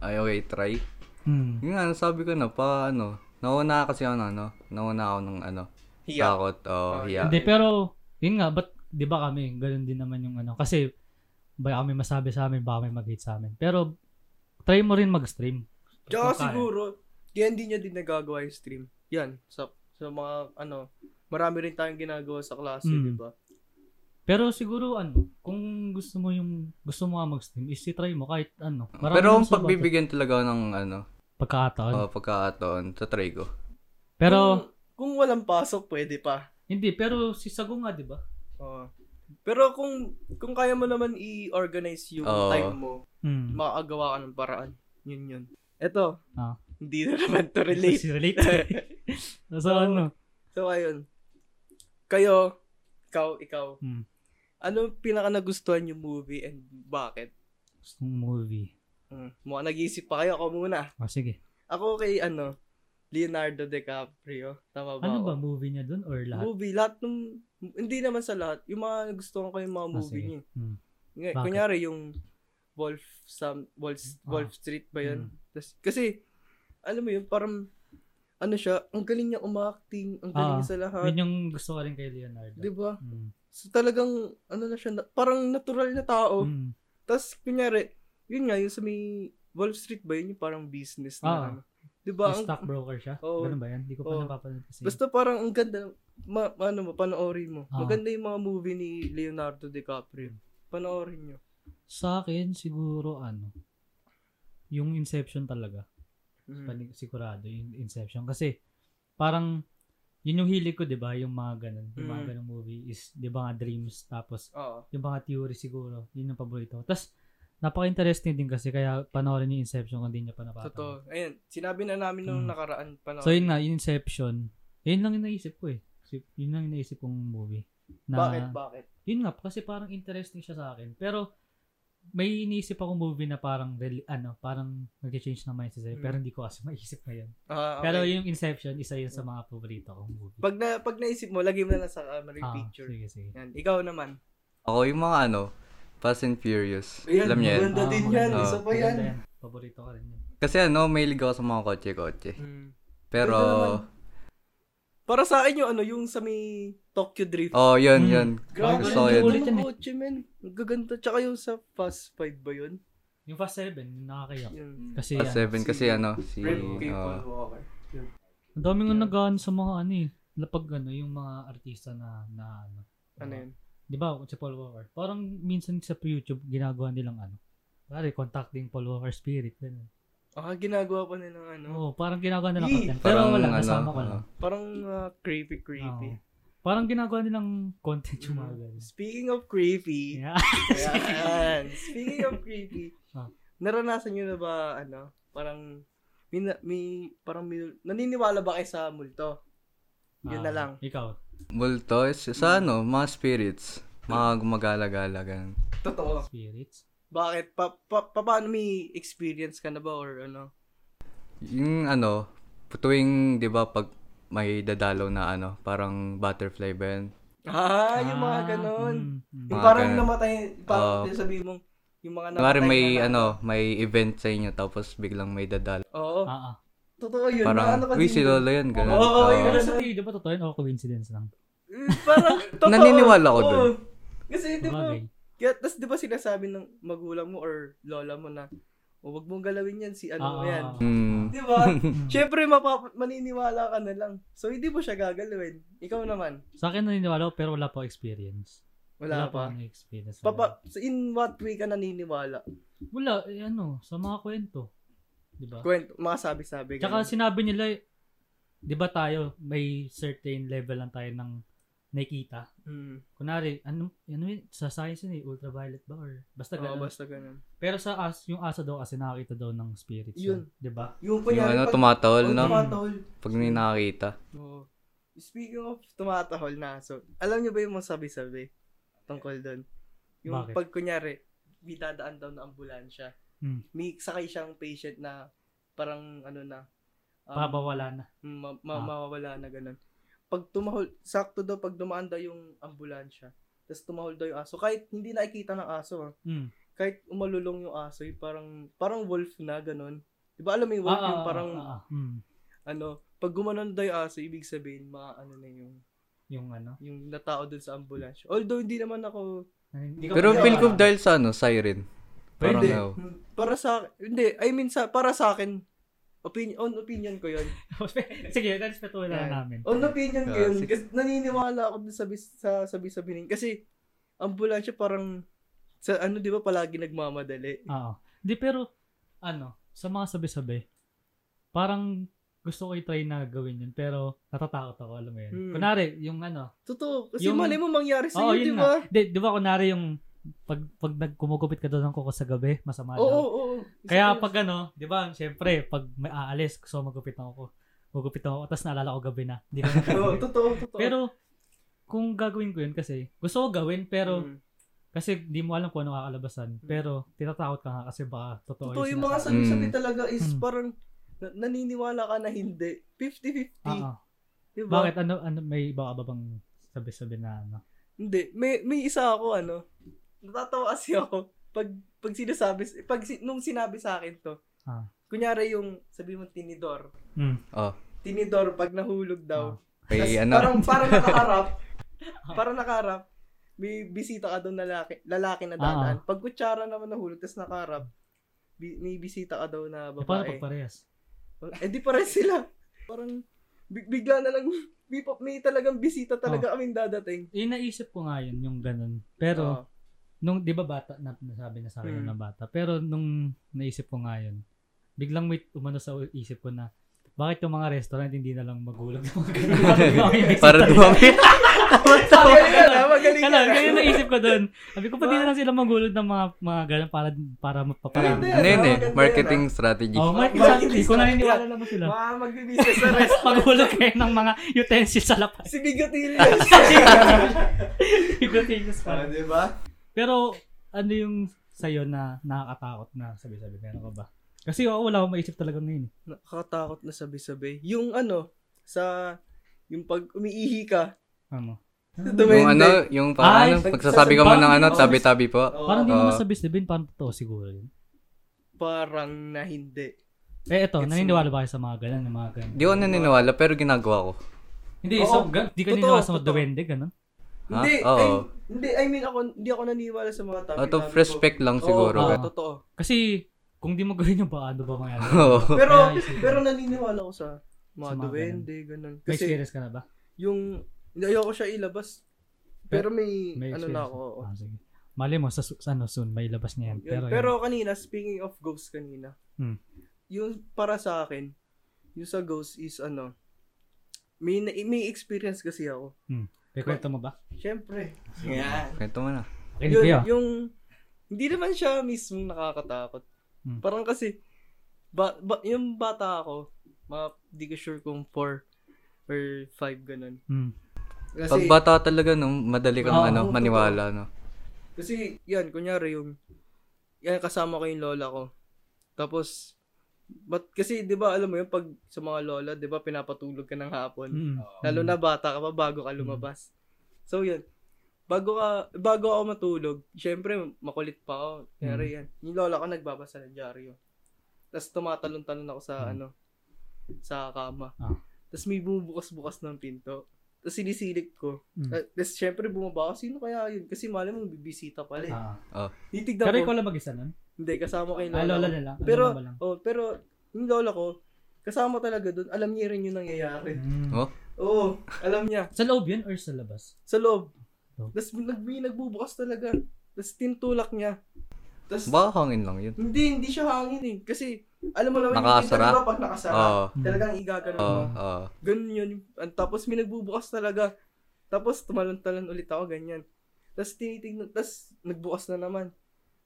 Speaker 3: Ay, okay, try.
Speaker 1: Hmm.
Speaker 3: Yung nga, sabi ko na, pa ano, nauna kasi ako ng ano, nauna ako ng ano,
Speaker 2: Hiya.
Speaker 3: takot, o
Speaker 2: Oh,
Speaker 3: hiya.
Speaker 1: Hindi, pero, yun nga, ba't, di ba kami, ganun din naman yung ano. Kasi, baka kami masabi sa amin, baka may mag-hate sa amin. Pero, try mo rin mag-stream.
Speaker 2: Tsaka
Speaker 1: Kung kaya.
Speaker 2: siguro, kaya hindi niya din nagagawa yung stream. Yan, sa, sa mga ano, marami rin tayong ginagawa sa klase,
Speaker 1: Mm.
Speaker 2: di ba?
Speaker 1: Pero siguro, ano, kung gusto mo yung, gusto mo nga mag-stream, is try mo kahit ano. Marami
Speaker 3: Pero ang
Speaker 1: naman sa bata-
Speaker 3: pagbibigyan talaga ako ng ano,
Speaker 1: Pagkakataon.
Speaker 3: oh, pagkataon, tatry ko.
Speaker 1: pero,
Speaker 2: Kung, kung walang pasok, pwede pa.
Speaker 1: hindi, pero si Sago nga, di ba?
Speaker 2: Oo. Pero kung kung kaya mo naman i-organize yung
Speaker 3: Oo.
Speaker 2: time mo,
Speaker 1: Hmm.
Speaker 2: makakagawa ka ng paraan. Yun yun. Eto,
Speaker 1: Ah.
Speaker 2: hindi na naman to
Speaker 1: Si
Speaker 2: relate.
Speaker 1: relate. so,
Speaker 2: Oo.
Speaker 1: ano?
Speaker 2: So, ayun. Kayo, ikaw, ikaw.
Speaker 1: Hmm.
Speaker 2: Ano pinaka nagustuhan yung movie and bakit?
Speaker 1: Gusto mong movie.
Speaker 2: Mm. Mukhang nag-iisip pa kayo. Ako muna.
Speaker 1: O, sige.
Speaker 2: Ako kay, ano, Leonardo DiCaprio. Tama ba
Speaker 1: Ano
Speaker 2: ako?
Speaker 1: ba, movie niya dun or lahat?
Speaker 2: Movie, lahat ng, hindi naman sa lahat. Yung mga nagustuhan ko yung mga
Speaker 1: Ah,
Speaker 2: movie
Speaker 1: sige.
Speaker 2: niya.
Speaker 1: Hmm.
Speaker 2: Nga,
Speaker 1: Bakit? Ah.
Speaker 2: kunyari yung Wolf some Wolf, Wolf Street ba 'yun?
Speaker 1: Hmm.
Speaker 2: Tas- kasi alam mo 'yun, parang ano siya, ang galing niya umaacting, ang galing
Speaker 1: Ah,
Speaker 2: niya sa lahat,
Speaker 1: Yun yung gusto ko rin kay Leonardo.
Speaker 2: 'di ba?
Speaker 1: Hmm.
Speaker 2: So talagang ano na siya, na- parang natural na tao.
Speaker 1: Hmm.
Speaker 2: Tapos kunyari, 'yun nga yung sa may Wolf Street ba 'yun, yung parang business na.
Speaker 1: Ah.
Speaker 2: ano. 'Di ba?
Speaker 1: Yung
Speaker 2: Ang-
Speaker 1: stockbroker siya?
Speaker 2: Oo.
Speaker 1: Ganun ba yan? Hindi ko pa
Speaker 2: Oo.
Speaker 1: napapanood kasi.
Speaker 2: Basta parang ang ganda, ma, ano mo, panoorin mo.
Speaker 1: Ah. Mm.
Speaker 2: Maganda yung mga movie ni Leonardo DiCaprio. Panoorin nyo.
Speaker 1: Sa akin, siguro, ano, yung Inception talaga.
Speaker 2: Mm.
Speaker 1: panig- sigurado yung Inception kasi parang yun yung hilig ko 'di ba yung mga ganun yung mga
Speaker 2: Mm.
Speaker 1: ganung movie is 'di ba nga dreams tapos
Speaker 2: Oo.
Speaker 1: yung mga theory siguro yun yung paborito tapos napaka-interesting din kasi kaya panoorin yung Inception kung hindi niya pa napapanood
Speaker 2: Totoo. Ayun, sinabi na namin nung
Speaker 1: Mm.
Speaker 2: nakaraan pa na.
Speaker 1: so yun nga yung Inception yun lang yung naisip ko eh Kasi yun lang yung naisip kong movie na
Speaker 2: bakit, bakit?
Speaker 1: yun nga kasi parang interesting siya sa akin pero may iniisip akong movie na parang rel- ano parang nag-change ng mindset sa'yo
Speaker 2: Mm.
Speaker 1: pero hindi ko kasi maisip ngayon
Speaker 2: Ah, okay.
Speaker 1: Pero yung Inception, isa yun sa mga paborito kong movie.
Speaker 2: Pag, na, pag naisip mo, lagay mo na lang sa camera yung
Speaker 1: Ah,
Speaker 2: picture.
Speaker 1: Sige, sige.
Speaker 2: Yan. Ikaw naman.
Speaker 3: Ako yung mga ano, Fast and Furious. Alam niya yan.
Speaker 2: Maganda
Speaker 1: Ah,
Speaker 2: din yan.
Speaker 1: maganda.
Speaker 2: Isa pa
Speaker 1: Maganda
Speaker 2: yan.
Speaker 1: Paborito ko rin yun.
Speaker 3: Kasi ano, mahilig ako sa mga kotse-kotse.
Speaker 2: Mm.
Speaker 3: Pero,
Speaker 2: Ganda naman. Para sa akin yung ano, yung sa may Tokyo Drift.
Speaker 3: oh,
Speaker 1: Mm.
Speaker 3: yun, yun.
Speaker 2: Grabe,
Speaker 3: gusto
Speaker 2: ang
Speaker 3: ko
Speaker 2: ganda
Speaker 3: yun.
Speaker 2: ng
Speaker 1: Ulit yan eh.
Speaker 2: kotse, men. Ang gaganda. Tsaka yung sa Fast 5 ba yun?
Speaker 1: Yung Fast 7, yung nakakayak.
Speaker 2: Yung
Speaker 1: Kasi
Speaker 3: Fast
Speaker 1: yan,
Speaker 3: 7 kasi
Speaker 2: si-
Speaker 3: ano, si,
Speaker 2: Red People
Speaker 3: oh,
Speaker 2: Walker.
Speaker 1: ang daming
Speaker 2: Yeah.
Speaker 1: yeah. nagaan sa mga ano eh. Lapag ano, yung mga artista na, na ano.
Speaker 2: Ano yun?
Speaker 1: Di ba, si Paul Walker. Parang minsan sa YouTube, ginagawa nilang ano. Pare, contacting Paul Walker spirit. Ganun.
Speaker 2: Ah, ginagawa pa nila ng ano.
Speaker 1: Oo, parang ginagawa nilang
Speaker 2: Yee!
Speaker 1: content. Pero
Speaker 3: Parang
Speaker 1: wala,
Speaker 3: ano,
Speaker 1: nasama ko lang.
Speaker 3: oo.
Speaker 2: Parang ah, creepy, creepy.
Speaker 1: Oo. Parang ginagawa nilang content yung mga
Speaker 2: Mm.
Speaker 1: ganun.
Speaker 2: Speaking of creepy,
Speaker 1: Yeah.
Speaker 2: Ayan. Speaking of creepy,
Speaker 1: Ah.
Speaker 2: naranasan nyo na ba, ano, parang, may, na- may, parang, may- naniniwala ba kayo sa multo? Yun na
Speaker 1: Ah,
Speaker 2: lang.
Speaker 1: Ikaw.
Speaker 3: multo, is-
Speaker 2: Mm.
Speaker 3: sa ano, mga spirits. Mga gumagala-gala, ganun.
Speaker 2: Totoo.
Speaker 1: Spirits.
Speaker 2: Bakit? Pa, pa, pa, paano may experience ka na ba or ano?
Speaker 3: Yung ano, tuwing, di ba, pag may dadalaw na ano, parang butterfly ba yun?
Speaker 2: Ah, yung mga
Speaker 1: Ah,
Speaker 2: ganon.
Speaker 1: mm, mm.
Speaker 2: Yung
Speaker 3: Mga
Speaker 2: parang
Speaker 3: ganun.
Speaker 2: namatay,
Speaker 3: Oo.
Speaker 2: parang sabihin mong, yung mga
Speaker 3: Kunwari may,
Speaker 2: na-
Speaker 3: ano, may event sa inyo, tapos biglang may dadalaw.
Speaker 2: Oo.
Speaker 1: Ah, ah.
Speaker 2: Totoo ano yun.
Speaker 3: Parang,
Speaker 2: Naano ka
Speaker 3: uy,
Speaker 2: din
Speaker 3: si
Speaker 2: dun?"
Speaker 3: Lolo yun, ganun.
Speaker 2: Oo, oo,
Speaker 3: Oo.
Speaker 2: yun.
Speaker 1: Pero sa tingin, di ba totoo yun? O coincidence lang?
Speaker 2: Eh, Parang, totoo.
Speaker 3: Oh. Naniniwala ako
Speaker 2: Oo.
Speaker 3: dun.
Speaker 2: Kasi, di ba,
Speaker 1: Bagay.
Speaker 2: Kaya, tas di ba sinasabi ng magulang mo or lola mo na, O wag mong galawin yan si
Speaker 1: Ah,
Speaker 2: ano yan.
Speaker 3: Hmm.
Speaker 2: Di ba?
Speaker 1: Mm.
Speaker 2: Siyempre, mapap- maniniwala ka na lang. So, hindi mo siya gagalawin. Ikaw naman.
Speaker 1: Sa akin naniniwala ko pero wala pa ako experience.
Speaker 2: Wala, pa.
Speaker 1: akong experience.
Speaker 2: Papa, so in what way ka naniniwala?
Speaker 1: Wala, eh, ano, sa mga kwento. Di ba?
Speaker 2: Kwento, mga sabi-sabi.
Speaker 1: Tsaka
Speaker 2: ganun.
Speaker 1: sinabi nila, eh, di ba tayo, may certain level lang tayo ng nakikita.
Speaker 2: Mm.
Speaker 1: Kunwari, ano, ano yun, sa science yun eh, ultraviolet ba or basta
Speaker 2: Oo,
Speaker 1: ganun.
Speaker 2: basta ganun.
Speaker 1: Pero sa as, yung asa daw kasi nakakita daw ng spirits.
Speaker 2: Yun.
Speaker 1: Di ba?
Speaker 2: Yung
Speaker 3: Yung
Speaker 2: kunyari,
Speaker 3: ano,
Speaker 2: pag-
Speaker 3: tumatahol,
Speaker 2: pag
Speaker 3: no?
Speaker 2: tumatahol.
Speaker 3: Pag may nakakita.
Speaker 2: Oo. Speaking of tumatahol na aso, alam niyo ba yung mga sabi-sabi tungkol doon? Yung
Speaker 1: Bakit?
Speaker 2: pag kunyari, bidadaan daw na ambulansya.
Speaker 1: Hmm.
Speaker 2: May sakay siyang patient na parang ano na. um,
Speaker 1: Babawala na.
Speaker 2: ma-
Speaker 1: Ah.
Speaker 2: ma- mawawala na ganun. Pag tumahol, sakto daw pag dumaan daw yung ambulansya. Tapos tumahol daw yung aso. Kahit hindi nakikita ng aso, ah.
Speaker 1: Mm.
Speaker 2: kahit umalulong yung aso, yung parang, parang wolf na ganun. Di ba alam mo yung
Speaker 1: Ah,
Speaker 2: wolf,
Speaker 1: ah,
Speaker 2: yung parang,
Speaker 1: ah, ah, mm.
Speaker 2: ano, pag gumanon daw yung aso, ibig sabihin, mga ano na yung
Speaker 1: Yung ano.
Speaker 2: yung natao dun sa ambulansya. Although hindi naman ako
Speaker 1: Hindi Ah,
Speaker 3: Pero
Speaker 2: Kapag-
Speaker 3: feel ko dahil sa ano, siren. Parang
Speaker 2: hindi.
Speaker 3: ano.
Speaker 2: Para sa hindi, I mean sa para sa akin opinion on opinion ko 'yon.
Speaker 1: Sige, respetuhin na
Speaker 2: Yan.
Speaker 1: namin.
Speaker 2: On opinion ko 'yon
Speaker 3: Kasi-
Speaker 2: kasi naniniwala ako dun sa bis- sa sabi-sabi kasi ambulansya parang sa ano 'di ba palagi nagmamadali.
Speaker 1: Oo. Di pero, ano, sa mga sabi-sabi, parang gusto ko i-try na gawin yun, pero natatakot ako, alam mo yun.
Speaker 2: Hmm.
Speaker 1: Kunwari, yung ano,
Speaker 2: Totoo kasi
Speaker 1: Yung-
Speaker 2: mali mo mangyari sa
Speaker 1: oo,
Speaker 2: iyo, 'di
Speaker 1: yun
Speaker 2: ba?
Speaker 1: nga. Di, di ba, kunwari yung, pag, pag nagkumugupit ka doon ng kuko sa gabi, masama
Speaker 2: Oo,
Speaker 1: daw.
Speaker 2: oo, oo.
Speaker 1: Ano? Kaya pag ano, di ba, syempre, pag may aalis, gusto ko magupit ng kuko. Magupit ng kuko, tapos naalala ko gabi na. Hindi ko na
Speaker 2: Oo, totoo, totoo.
Speaker 1: Pero, kung gagawin ko yun kasi, gusto ko gawin, pero,
Speaker 2: Mm.
Speaker 1: kasi di mo alam kung ano kakalabasan. Pero, tinatakot ka nga kasi baka totoo,
Speaker 2: totoo yung
Speaker 1: sinasabi.
Speaker 2: mga sabi-sabi
Speaker 3: Mm.
Speaker 2: talaga is
Speaker 1: Mm.
Speaker 2: parang na- naniniwala ka na hindi. diba? 50-50,
Speaker 1: Oo.
Speaker 2: 'di ba?
Speaker 1: Ah, Bakit? Ano, ano, may iba ka ba bang sabi-sabi na ano?
Speaker 2: Hindi. May, may isa ako, ano. Natatawa kasi ako. Pag, pag sinasabi, pag, si- nung sinabi sa akin to.
Speaker 1: Ah.
Speaker 2: Kunyari yung, sabi mo, tinidor.
Speaker 1: Mm. Ah.
Speaker 3: Oh.
Speaker 2: Tinidor pag nahulog daw. Tas
Speaker 3: May
Speaker 2: Parang,
Speaker 3: ano.
Speaker 2: parang nakaharap. parang nakaharap. May bisita ka doon lalaki, lalaki
Speaker 1: Ah,
Speaker 2: na dadaan. Pag kutsara naman nahulog, tapos nakaharap. Bi- may bisita ka daw na
Speaker 1: Eh, paano
Speaker 2: babae.
Speaker 1: pag parehas?
Speaker 2: Eh di pare sila. Parang big, bigla na lang may, pa- may talagang bisita
Speaker 1: Oh.
Speaker 2: talaga kaming dadating. Oh.
Speaker 1: Eh, naisip ko nga yun, yung ganun. Pero,
Speaker 2: Oo.
Speaker 1: nung, di ba bata, na, nasabi na sa akin
Speaker 2: Mm.
Speaker 1: na bata. Pero, nung naisip ko nga yun, biglang may umano sa isip ko na, bakit yung mga restaurant hindi na lang magulog ng mga ganun? Bakit kami may
Speaker 3: Para
Speaker 1: bisita?
Speaker 3: dumami.
Speaker 2: Magaling ka na, magaling ah. ka na. Diba?
Speaker 1: Ganun, ganun yung naisip ko doon. Sabi ko, pati na lang sila magulog ng mga, mga ganun para, para mapaparami.
Speaker 3: Ano yun eh?
Speaker 2: Maganda yun, ah.
Speaker 3: Marketing strategy.
Speaker 1: Oh, Mark,
Speaker 2: Bakit
Speaker 1: exactly. Kung
Speaker 2: bisita?
Speaker 1: naniniwala naman sila.
Speaker 2: Mga magbibisnes sa
Speaker 1: Mas
Speaker 2: restaurant.
Speaker 1: magulog kayo ng mga utensils sa lapas.
Speaker 2: Si ah. Bigotillas.
Speaker 1: Utensils pa.
Speaker 2: ah, di ba?
Speaker 1: Pero ano yung sa'yo na nakakatakot na sabi-sabi? Meron ka ba? Kasi oh, wala akong maisip talaga ngayon. eh.
Speaker 2: Nakakatakot na sabi-sabi. Yung ano, sa yung pag umiihi ka,
Speaker 1: Ano?
Speaker 3: Yung
Speaker 2: dumende.
Speaker 3: ano, yung
Speaker 1: Ay,
Speaker 3: parang ano, pagsasabi ka mo ng ano,
Speaker 1: parang-
Speaker 3: tabi-tabi po.
Speaker 2: Oo,
Speaker 1: Parang di
Speaker 3: Oo.
Speaker 1: naman sa bisibin, parang totoo siguro yun.
Speaker 2: parang na hindi.
Speaker 1: Eh, eto,
Speaker 2: Gets
Speaker 1: naniniwala ba kayo sa mga ganun, yung mga ganun?
Speaker 3: Di ko naniniwala, pero ginagawa ko.
Speaker 1: Hindi,
Speaker 2: Oo,
Speaker 1: so, gan- di ka
Speaker 2: totoo,
Speaker 1: naniniwala sa mga
Speaker 2: totoo.
Speaker 1: duwende, ganun?
Speaker 3: Ha?
Speaker 2: Hindi,
Speaker 3: Oo.
Speaker 2: ay, hindi, I mean ako, hindi ako naniwala sa mga tabi.
Speaker 3: Out of respect lang
Speaker 1: oo.
Speaker 3: siguro.
Speaker 2: Oo,
Speaker 3: eh.
Speaker 2: totoo.
Speaker 1: Kasi, kung di mo gawin yung ba, ano ba mangyari?
Speaker 3: Oo.
Speaker 2: Pero,
Speaker 1: Kaya isipin.
Speaker 2: pero naniniwala ko sa mga
Speaker 1: Sa mga
Speaker 2: duwende, ganun.
Speaker 1: May
Speaker 2: Kasi
Speaker 1: experience ka na ba?
Speaker 2: yung, hindi, ayoko siya ilabas. Pero may,
Speaker 1: May
Speaker 2: ano
Speaker 1: experience.
Speaker 2: na ako. oo.
Speaker 1: Ah, sige. Mali mo, sa, su- sa ano, soon, may ilabas niya yan.
Speaker 2: Yun.
Speaker 1: Pero,
Speaker 2: Pero,
Speaker 1: pero
Speaker 2: kanina, speaking of ghosts kanina,
Speaker 1: Hmm.
Speaker 2: yung para sa akin, yung sa ghosts is ano, may, na- may experience kasi ako.
Speaker 1: kwento mo ba?
Speaker 2: Siyempre. Yan.
Speaker 3: Kwento mo na.
Speaker 1: Kinig kayo.
Speaker 2: yung, hindi naman siya mismo nakakatakot.
Speaker 1: Hmm.
Speaker 2: Parang kasi, ba, ba, yung bata ako, mga, di ko sure kung 4 or 5 ganun.
Speaker 1: Hmm.
Speaker 3: Pag
Speaker 2: Kasi,
Speaker 3: bata talaga, no, madali kang
Speaker 2: Oo,
Speaker 3: ano,
Speaker 2: totoo.
Speaker 3: maniwala, no.
Speaker 2: Kasi, yan, kunyari yung, yan, kasama ko yung lola ko. Tapos, but, kasi, di ba, alam mo yun, pag sa mga lola, di ba, pinapatulog ka ng hapon.
Speaker 1: Hmm.
Speaker 2: Lalo na bata ka pa, bago
Speaker 1: Mm.
Speaker 2: ka lumabas. So, yun. Bago ka, bago ako matulog, syempre, makulit pa ako.
Speaker 1: Mm.
Speaker 2: Kunyari yan. Yung lola ko, nagbabasa ng dyaryo. Tapos, tumatalon-talon ako sa,
Speaker 1: Mm.
Speaker 2: ano, sa kama.
Speaker 1: Ah.
Speaker 2: Tapos, may bumubukas-bukas ng pinto. Tapos, sinisilip ko.
Speaker 1: Mm.
Speaker 2: Ah, Tapos, syempre, bumaba ako. Sino kaya yun? Kasi, malay mo, bibisita pala eh.
Speaker 1: Ah.
Speaker 2: Titignan
Speaker 1: Pero
Speaker 2: ko.
Speaker 1: ikaw lang mag-isa nun?
Speaker 2: Hindi, kasama kay
Speaker 1: Ay,
Speaker 2: lola.
Speaker 1: lola
Speaker 2: ko.
Speaker 1: nila. Ano
Speaker 2: Pero,
Speaker 1: ba lang?
Speaker 2: oh, pero, yung lola ko, kasama talaga doon. Alam niya rin yung nangyayari.
Speaker 1: Hmm.
Speaker 5: Mm.
Speaker 3: Oh,
Speaker 2: Oo, alam niya.
Speaker 1: Sa loob yun or sa labas?
Speaker 2: Sa loob.
Speaker 1: Oh.
Speaker 2: Tapos nag, may nagbubukas talaga. Tapos tintulak niya. Tapos,
Speaker 3: baka hangin lang yun.
Speaker 2: hindi, hindi siya hangin eh. Kasi, alam mo naman,
Speaker 3: Nakasara?
Speaker 2: yung tintulak pag nakasara,
Speaker 3: Oo.
Speaker 2: talagang igagano
Speaker 3: Oo,
Speaker 2: mo.
Speaker 3: oo.
Speaker 2: Ganun yun. At tapos may nagbubukas talaga. Tapos tumalon-talon ulit ako, ganyan. Tapos tinitignan, tapos nagbukas na naman.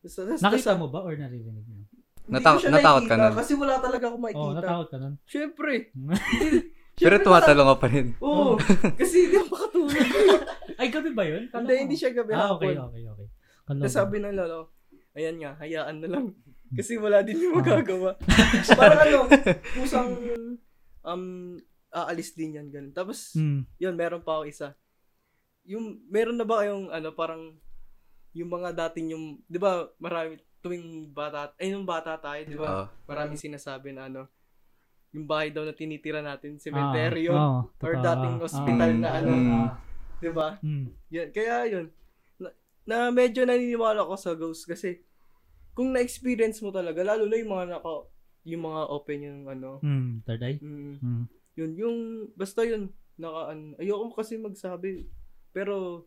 Speaker 2: Tapos, tapos,
Speaker 1: Nakita mo ba or naririnig mo?
Speaker 3: Nata- natakot ka nun?
Speaker 2: Kasi wala talaga ako makikita.
Speaker 1: Oo, oh, natakot ka nun.
Speaker 2: Siyempre.
Speaker 3: Pero
Speaker 2: Siyempre, nata-
Speaker 3: tumatalo ka pa rin.
Speaker 2: Oo. kasi hindi ako makatulog.
Speaker 1: Ay, gabi ba yun? Kala
Speaker 2: hindi,
Speaker 1: ko-
Speaker 2: hindi siya gabi
Speaker 1: Ah, okay,
Speaker 2: hapon.
Speaker 1: okay, okay. Kala
Speaker 2: Tapos
Speaker 1: ko.
Speaker 2: sabi ng lolo, ayan nga, hayaan na lang. Kasi wala din yung
Speaker 1: Ah.
Speaker 2: magagawa. Parang ano, pusang um, aalis din yan. Ganun. Tapos,
Speaker 1: Hmm.
Speaker 2: yun, meron pa ako isa. Yung, meron na ba kayong, ano, parang, yung mga dating yung, di ba, marami, tuwing bata, ay, nung bata tayo, di ba,
Speaker 1: Ah.
Speaker 3: Oo.
Speaker 2: maraming sinasabi na, ano, yung bahay daw na tinitira natin,
Speaker 1: Ah,
Speaker 2: cemetery yun,
Speaker 1: oo,
Speaker 2: or
Speaker 1: totoo,
Speaker 2: dating
Speaker 1: ah,
Speaker 2: hospital na, ano,
Speaker 3: Mm.
Speaker 2: di ba?
Speaker 1: ah, mm.
Speaker 2: Yan, kaya yun, na, na medyo naniniwala ko sa ghost kasi, kung na-experience mo talaga, lalo na yung mga naka, yung mga open yung, ano,
Speaker 1: Mm. Third eye?
Speaker 2: mm,
Speaker 1: Mm.
Speaker 2: yun, yung, basta yun, naka, an, ayoko kasi magsabi, pero,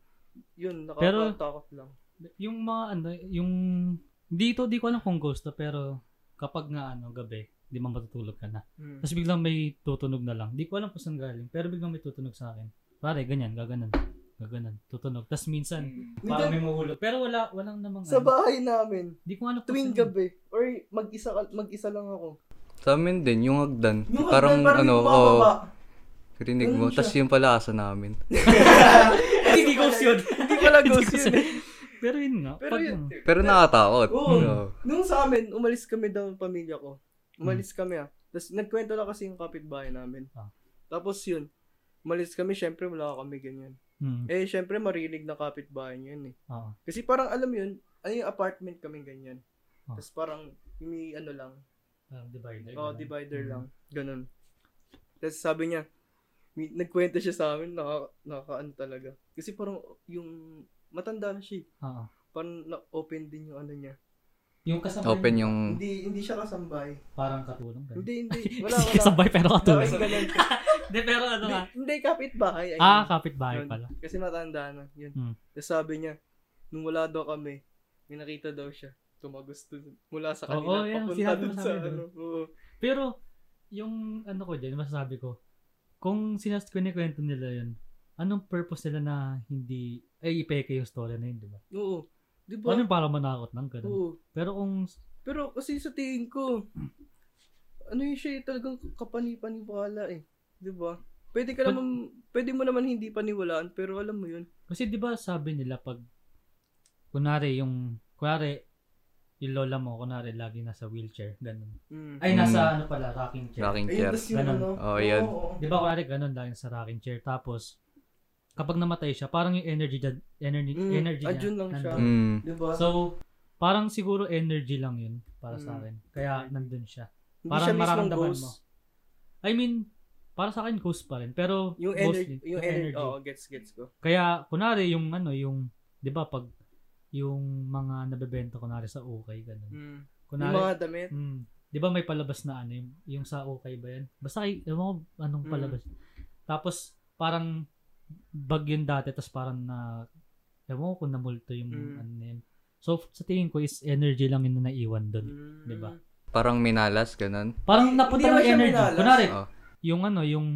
Speaker 2: yun, nakakatakot lang.
Speaker 1: Yung mga ano, yung dito di ko alam kung ghost to, pero kapag nga ano, gabi, di man matutulog ka na.
Speaker 2: Mm.
Speaker 1: Tapos biglang may tutunog na lang. Di ko alam kung saan galing, pero biglang may tutunog sa akin. Pare, ganyan, gaganan. Gaganan, tutunog. Tapos minsan, parang may mahulog. Pero wala, walang namang
Speaker 2: Hmm. Sa
Speaker 1: ano.
Speaker 2: bahay namin,
Speaker 1: Di ko alam kung
Speaker 2: tuwing
Speaker 1: saan.
Speaker 2: gabi, or mag-isa, ka- mag-isa lang ako.
Speaker 3: Sa amin din, yung hagdan.
Speaker 2: Yung
Speaker 3: parang,
Speaker 2: hagdan,
Speaker 3: ano,
Speaker 2: yung
Speaker 3: oo.
Speaker 2: bumababa.
Speaker 3: Rinig
Speaker 2: Ganun
Speaker 3: mo.
Speaker 2: siya.
Speaker 3: Tapos yung pala aso namin.
Speaker 1: Hindi ghost yun.
Speaker 2: Hindi pala ghost yun. eh.
Speaker 1: Pero yun nga.
Speaker 2: Pero
Speaker 1: pag-
Speaker 2: yun,
Speaker 3: Pero nakatakot.
Speaker 2: Oo.
Speaker 3: Oo.
Speaker 2: nung sa amin, umalis kami daw ng pamilya ko. Umalis kami ah. Tapos nagkwento lang kasi yung kapitbahay namin.
Speaker 1: Hmm. Ah.
Speaker 2: Tapos yun, umalis kami, syempre wala kami ganyan.
Speaker 1: Mm,
Speaker 2: Eh, syempre marinig na kapitbahay niya yun eh.
Speaker 1: oo.
Speaker 2: Kasi parang alam mo yun, ano yung apartment kami ganyan.
Speaker 1: Ah.
Speaker 2: Tapos parang may ano lang,
Speaker 1: Parang Ah, divider.
Speaker 2: oh,
Speaker 1: ganun.
Speaker 2: divider
Speaker 1: Mm.
Speaker 2: lang. Ganun. Tapos sabi niya, may, nagkwento siya sa amin, naka, nakakaan talaga. Kasi parang yung matanda na siya eh.
Speaker 1: Oo.
Speaker 2: Parang na-open din yung ano niya.
Speaker 5: Yung kasabay
Speaker 3: Open yung...
Speaker 1: Hmm.
Speaker 2: Hindi, hindi siya kasambay.
Speaker 5: parang katulong. ganun.
Speaker 2: Hindi, hindi. Wala,
Speaker 1: Sige,
Speaker 2: wala.
Speaker 1: sabay pero
Speaker 2: Wala,
Speaker 1: katulog.
Speaker 2: ganun.
Speaker 1: Hindi, pero ano
Speaker 2: Hindi,
Speaker 1: nga.
Speaker 2: hindi kapitbahay. I mean.
Speaker 1: Ah, kapitbahay
Speaker 2: Yun.
Speaker 1: pala.
Speaker 2: Kasi matanda na. Yun.
Speaker 1: Hmm.
Speaker 2: Tapos sabi niya, nung wala daw kami, may nakita daw siya. Tumagos dun. Mula sa
Speaker 1: Oo,
Speaker 2: kanila.
Speaker 1: yan,
Speaker 2: papunta
Speaker 1: sinabi mo
Speaker 2: dun
Speaker 1: sa
Speaker 2: sa
Speaker 1: akin,
Speaker 2: ano. Oo.
Speaker 1: Pero, yung ano ko dyan, masasabi ko, kung sinas kwento nila yun, anong purpose nila na hindi, ay ipeke yung story na yun, di ba?
Speaker 2: Oo. Di ba?
Speaker 1: Ano yung para manakot ng ganun?
Speaker 2: Oo.
Speaker 1: Pero kung,
Speaker 2: Pero kasi sa tingin ko, ano yun siya eh, talagang kapani-paniwala eh. Di ba? Pwede ka
Speaker 1: But-
Speaker 2: naman, pwede mo naman hindi paniwalaan, pero alam mo yun.
Speaker 1: kasi di ba sabi nila pag, kunwari yung, kunwari, yung lola mo, kunwari, lagi nasa wheelchair, ganun.
Speaker 2: Mm.
Speaker 5: Ay, nasa
Speaker 3: Mm.
Speaker 5: ano pala, rocking chair.
Speaker 3: Rocking
Speaker 2: Ayun,
Speaker 3: chair.
Speaker 2: tas yung
Speaker 5: Ganun.
Speaker 2: ano.
Speaker 3: Oo, yun.
Speaker 2: oo, oo.
Speaker 1: Di ba, kunwari, ganun lagi sa rocking chair. Tapos, kapag namatay siya, parang yung energy, dyan- energy,
Speaker 2: Mm,
Speaker 1: energy niya.
Speaker 2: andyan lang siya. Hmm.
Speaker 1: nandun.
Speaker 3: Mm.
Speaker 2: Di ba?
Speaker 1: So, parang siguro energy lang yun para sa
Speaker 2: Mm.
Speaker 1: akin. Kaya nandun siya.
Speaker 2: hindi
Speaker 1: Parang
Speaker 2: siya mismong
Speaker 1: mararamdaman
Speaker 2: ghost.
Speaker 1: mo. I mean, para sa akin ghost eh. pa rin. Pero
Speaker 2: Yung energy,
Speaker 1: ghostly,
Speaker 2: yung energy. Oo, gets, gets ko.
Speaker 1: Kaya kunari yung ano, yung 'di ba pag yung mga nabebenta kunari sa ukay ganun.
Speaker 2: Mm. Yung
Speaker 1: Kunari,
Speaker 2: mga damit.
Speaker 1: mm, 'di ba may palabas na ano yung, yung sa ukay ba yan? Basta ay ewan ko anong
Speaker 2: Mm.
Speaker 1: palabas. Tapos parang bag yun dati tapos parang na ewan ko kung namulto yung
Speaker 2: Mm.
Speaker 1: ano na yun. So sa tingin ko is energy lang yun na naiwan doon.
Speaker 2: Mm.
Speaker 1: Diba?
Speaker 3: Parang minalas, ganun.
Speaker 1: Parang
Speaker 2: Hindi-
Speaker 1: napunta ng
Speaker 2: hindi naman siya
Speaker 1: energy.
Speaker 2: minalas.
Speaker 1: Kunwari,
Speaker 3: Oh.
Speaker 1: yung ano, yung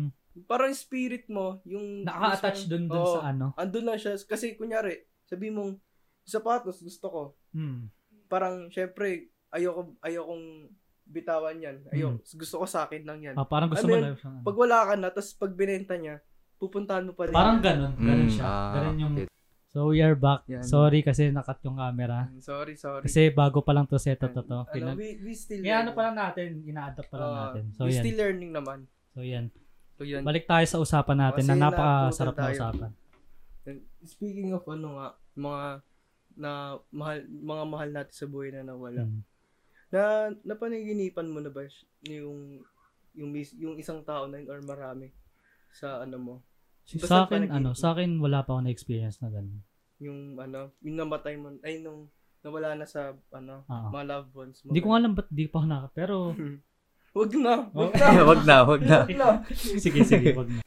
Speaker 2: Parang yung spirit mo, yung...
Speaker 1: naka-attach dun dun
Speaker 2: Oo.
Speaker 1: sa ano.
Speaker 2: Andun lang siya. Kasi kunyari, sabi mong, sapatos, gusto ko.
Speaker 1: Hmm.
Speaker 2: Parang, syempre, ayoko, ayokong bitawan yan. Ayok, gusto ko sa akin lang yan.
Speaker 1: Hmm. Ah, parang gusto
Speaker 2: Ano
Speaker 1: mo
Speaker 2: yun?
Speaker 1: lang siyang ano.
Speaker 2: Pag wala ka na, tapos pag binenta niya, pupuntahan mo pa rin.
Speaker 1: Parang ganun. Ganun
Speaker 3: Mm,
Speaker 1: siya.
Speaker 3: ah,
Speaker 1: Ganun yung...
Speaker 3: okay.
Speaker 1: So, we are back.
Speaker 3: Yan.
Speaker 1: Sorry kasi nakat yung camera.
Speaker 2: Mm, Sorry, sorry.
Speaker 1: Kasi bago pa lang to setup to to.
Speaker 2: Ano,
Speaker 1: Pinag-
Speaker 2: we, we still
Speaker 1: Kaya ano pa lang natin, ina-adapt pa lang
Speaker 2: Oo,
Speaker 1: natin. So,
Speaker 2: we
Speaker 1: yan.
Speaker 2: still learning naman.
Speaker 1: So, yan.
Speaker 2: So, yun. Oh,
Speaker 1: Balik tayo sa usapan natin
Speaker 2: Kasi
Speaker 1: na napakasarap
Speaker 2: naabutan
Speaker 1: na
Speaker 2: tayo.
Speaker 1: usapan.
Speaker 2: Speaking of ano nga, mga na mahal mga mahal natin sa buhay na nawala.
Speaker 1: Hmm.
Speaker 2: Na napanaginipan mo na ba sh- yung yung mis- yung isang tao na yun or marami sa ano mo,
Speaker 1: So, sa
Speaker 2: Basta
Speaker 1: akin,
Speaker 2: panaginip.
Speaker 1: ano, sa akin wala pa ako na experience na ganun.
Speaker 2: yung ano, yung namatay mo ay nung nawala na sa ano,
Speaker 1: Ah.
Speaker 2: mga loved ones mo.
Speaker 1: Hindi ko Oh. alam ba't di pa ako naka, pero
Speaker 2: Wag na. Wag na.
Speaker 3: wag na, wag na.
Speaker 2: Wag na.
Speaker 1: sige, sige, wag na.